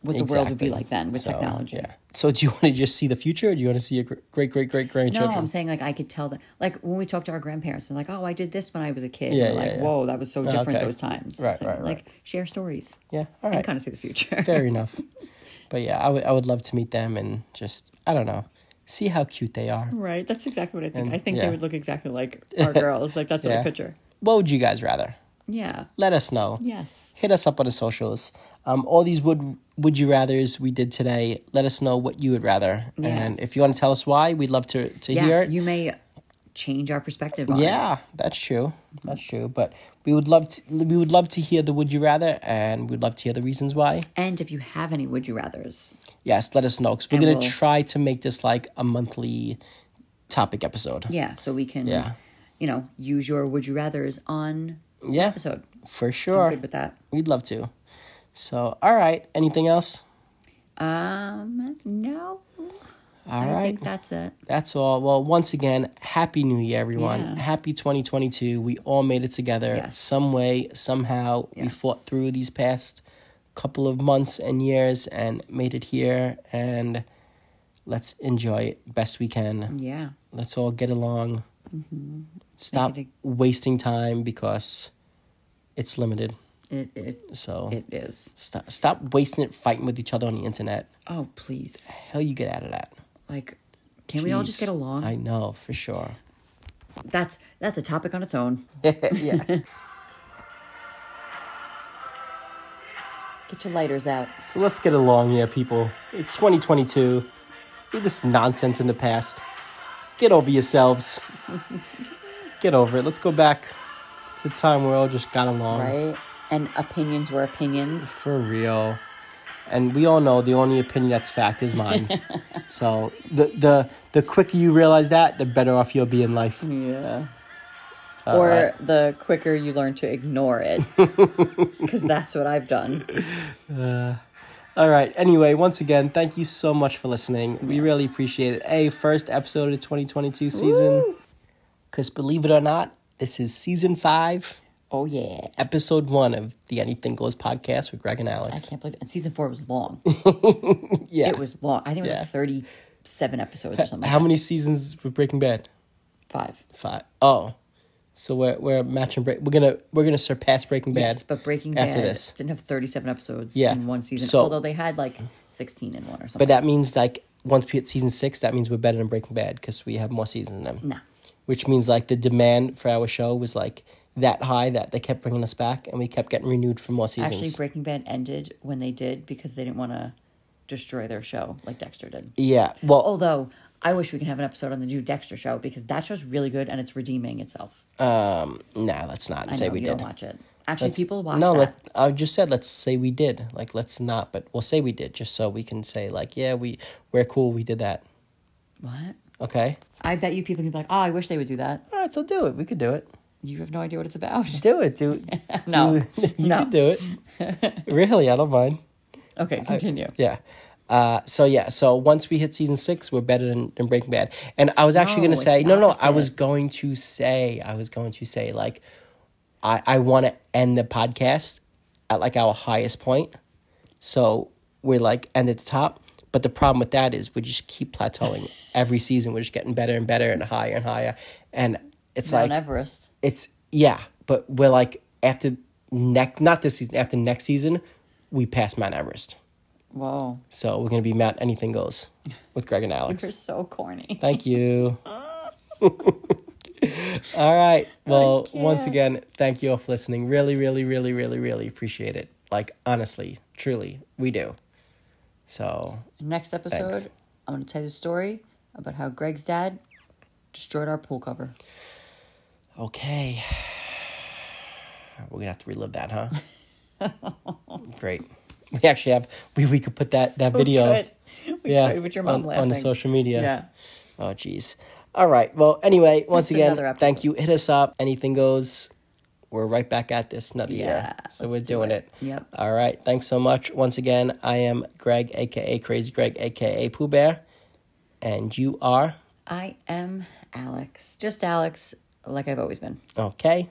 Speaker 4: what the world would be
Speaker 3: Exactly.
Speaker 4: like then with
Speaker 3: So,
Speaker 4: technology.
Speaker 3: Yeah. So do you want to just see the future? Or do you want to see your gr- great great great
Speaker 4: No,
Speaker 3: grandchildren?
Speaker 4: I'm saying like I could tell that like when we talk to our grandparents and like oh I did this when I was a kid.
Speaker 3: Yeah,
Speaker 4: Yeah,
Speaker 3: yeah,
Speaker 4: like
Speaker 3: yeah. Oh,
Speaker 4: whoa that was so different
Speaker 3: okay.
Speaker 4: those times.
Speaker 3: Right,
Speaker 4: So,
Speaker 3: right, right.
Speaker 4: Like share stories.
Speaker 3: yeah. All
Speaker 4: and
Speaker 3: right.
Speaker 4: kind of see the future.
Speaker 3: Fair enough. But yeah, I would I would love to meet them and just I don't know, see how cute they are.
Speaker 4: right, that's exactly what I think.
Speaker 3: And-
Speaker 4: I think
Speaker 3: yeah.
Speaker 4: they would look exactly like our girls. Like that's what
Speaker 3: Yeah.
Speaker 4: I picture.
Speaker 3: What would you guys rather?
Speaker 4: Yeah.
Speaker 3: Let us know.
Speaker 4: Yes.
Speaker 3: hit us up on the socials. Um, all these would would you rather's we did today. Let us know what you would rather,
Speaker 4: Yeah.
Speaker 3: and if you want to tell us why, we'd love to to hear
Speaker 4: Yeah.
Speaker 3: it.
Speaker 4: You may change our perspective on it.
Speaker 3: yeah, that's true. That's true. But we would love to we would love to hear the would you rather, and we'd love to hear the reasons why.
Speaker 4: And if you have any would you rather's,
Speaker 3: Yes, let us know because we're
Speaker 4: And
Speaker 3: gonna
Speaker 4: we'll-
Speaker 3: try to make this like a monthly topic episode.
Speaker 4: Yeah, so we can,
Speaker 3: Yeah.
Speaker 4: you know, use your would you rather's on
Speaker 3: Yeah,
Speaker 4: episode.
Speaker 3: for sure.
Speaker 4: I'm good with that.
Speaker 3: We'd love to. So, all right. Anything else?
Speaker 4: Um, no,
Speaker 3: All
Speaker 4: I
Speaker 3: right.
Speaker 4: think that's it.
Speaker 3: That's all. Well, once again, happy new year, everyone.
Speaker 4: Yeah.
Speaker 3: Happy 2022. We all made it together
Speaker 4: Yes.
Speaker 3: some way, somehow. We
Speaker 4: Yes.
Speaker 3: fought through these past couple of months and years and made it here. And let's enjoy it best we can.
Speaker 4: Yeah, Mm-hmm.
Speaker 3: Let's all get along. Stop
Speaker 4: Make it
Speaker 3: wasting time because it's limited.
Speaker 4: it it
Speaker 3: So
Speaker 4: it is.
Speaker 3: stop, stop wasting it fighting with each other on the internet.
Speaker 4: Oh please,
Speaker 3: Hell, you get out of that.
Speaker 4: like, can we all just
Speaker 3: Jeez.
Speaker 4: get along?
Speaker 3: I know, for sure.
Speaker 4: That's that's a topic on its own.
Speaker 3: yeah.
Speaker 4: Get your lighters out.
Speaker 3: So let's get along here, people. It's 2022. Leave this nonsense in the past. Get over yourselves. get over it. Let's go back to the time where we all just got along.
Speaker 4: Right? And opinions were opinions.
Speaker 3: For real. And we all know the only opinion that's fact is mine. so the, the the quicker you realize that, the better off you'll be in life.
Speaker 4: Yeah. or
Speaker 3: right.
Speaker 4: the quicker you learn to ignore it. Because that's what I've done.
Speaker 3: All right. Anyway, once again, thank you so much for listening. We really appreciate it. A first episode of 2022 season. Because believe it or not, this is season five,
Speaker 4: Oh, yeah.
Speaker 3: episode one of the Anything Goes podcast with Greg and
Speaker 4: I
Speaker 3: Alex.
Speaker 4: can't believe it. And season four was long.
Speaker 3: Yeah.
Speaker 4: It was long. I think it was
Speaker 3: Yeah.
Speaker 4: like 37 episodes or something.
Speaker 3: How
Speaker 4: like
Speaker 3: many seasons with Breaking Bad?
Speaker 4: that. Five.
Speaker 3: Five. Oh, so we're we're matching break. We're gonna we're gonna surpass Breaking Bad.
Speaker 4: Yes, but Breaking
Speaker 3: after
Speaker 4: Bad
Speaker 3: this.
Speaker 4: didn't have 37 episodes
Speaker 3: Yeah.
Speaker 4: in one season.
Speaker 3: So-
Speaker 4: although they had like 16 in one or something.
Speaker 3: But that means like once we hit season six, that means we're better than Breaking Bad because we have more seasons than them.
Speaker 4: Nah.
Speaker 3: Which means like the demand for our show was like that high that they kept bringing us back and we kept getting renewed for more seasons.
Speaker 4: Actually, Breaking Bad ended when they did because they didn't want to destroy their show like Dexter did.
Speaker 3: yeah. Well,
Speaker 4: Although I wish we can have an episode on the new Dexter show because that show's really good and it's redeeming itself.
Speaker 3: um, nah, let's not
Speaker 4: Oh. I
Speaker 3: say
Speaker 4: know
Speaker 3: we
Speaker 4: you
Speaker 3: did.
Speaker 4: don't watch it. Actually,
Speaker 3: Let's-
Speaker 4: people watch
Speaker 3: no,
Speaker 4: that.
Speaker 3: let- I just said let's say we did. Like let's not, but we'll say we did just so we can say like yeah we we're cool we did that.
Speaker 4: what?
Speaker 3: Okay.
Speaker 4: I bet you people can be like, "Oh, I wish they would do that."
Speaker 3: All right, so do it. We could do it.
Speaker 4: You have no idea what it's about.
Speaker 3: Do it. Do
Speaker 4: No.
Speaker 3: do- you
Speaker 4: No.
Speaker 3: could do it. really, I don't mind.
Speaker 4: Okay, continue.
Speaker 3: Yeah. Uh, so yeah, so once we hit season six, we're better than, than Breaking Bad. And I was actually
Speaker 4: No,
Speaker 3: gonna
Speaker 4: it's
Speaker 3: say,
Speaker 4: the
Speaker 3: no, no, I
Speaker 4: opposite.
Speaker 3: was going to say, I was going to say, like, I I want to end the podcast at like our highest point, so we're like end at the top. But the problem with that is we just keep plateauing every season. We're just getting better and better and higher and higher, and it's
Speaker 4: Mount
Speaker 3: like
Speaker 4: Everest.
Speaker 3: it's yeah. But we're like after next, not this season, after next season, we pass Mount Everest.
Speaker 4: Whoa,
Speaker 3: So we're gonna be Matt Anything Goes with Greg and
Speaker 4: you're
Speaker 3: Alex.
Speaker 4: so corny.
Speaker 3: Thank you. all right. Well,
Speaker 4: can't.
Speaker 3: once again, thank you all for listening. Really, really, really, really, really appreciate it. Like honestly, truly, we do. So
Speaker 4: Next episode,
Speaker 3: Thanks.
Speaker 4: I'm going to tell you a story about how Greg's dad destroyed our pool cover.
Speaker 3: okay, we're gonna have to relive that, huh? Great. We actually have we we could put that that video.
Speaker 4: Good. We
Speaker 3: Yeah,
Speaker 4: tried with your mom
Speaker 3: on- on
Speaker 4: laughing
Speaker 3: the social media.
Speaker 4: Yeah.
Speaker 3: Oh, jeez. All right. Well, anyway, once
Speaker 4: That's
Speaker 3: again,
Speaker 4: another episode.
Speaker 3: thank you. Hit us up. Anything goes. We're right back at this another year.
Speaker 4: Yeah,
Speaker 3: So we're
Speaker 4: let's do
Speaker 3: doing
Speaker 4: it.
Speaker 3: it.
Speaker 4: Yep.
Speaker 3: All right. Thanks so much. Once again, I am Greg, aka Crazy Greg, aka Pooh Bear, and you are
Speaker 4: I am Alex, just Alex, like I've always been.
Speaker 3: okay.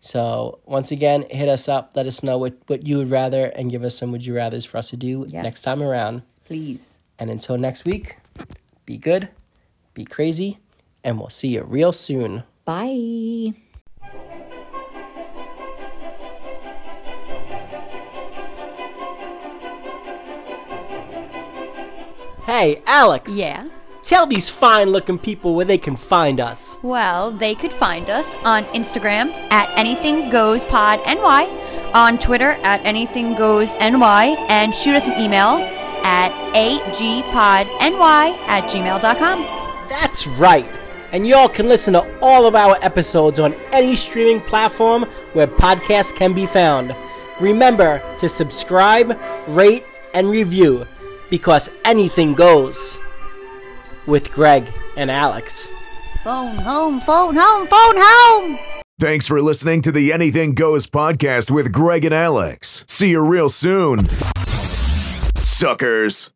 Speaker 3: So once again, hit us up. Let us know what what you would rather, and give us some would you rather's for us to do
Speaker 4: Yes.
Speaker 3: next time around.
Speaker 4: Please.
Speaker 3: And until next week, be good, be crazy, and we'll see you real soon.
Speaker 4: Bye.
Speaker 3: Hey, Alex.
Speaker 5: Yeah.
Speaker 3: Tell these fine looking people where they can find us.
Speaker 5: Well, they could find us on Instagram at anything goes pod ny, on Twitter at anything goes ny, and shoot us an email at agpodny at gmail.com.
Speaker 3: That's right. And y'all can listen to all of our episodes on any streaming platform where podcasts can be found. Remember to subscribe, rate, and review because anything goes with Greg and Alex.
Speaker 5: Phone home, phone home, phone home.
Speaker 1: Thanks for listening to the Anything Goes podcast with Greg and Alex. See you real soon. Suckers.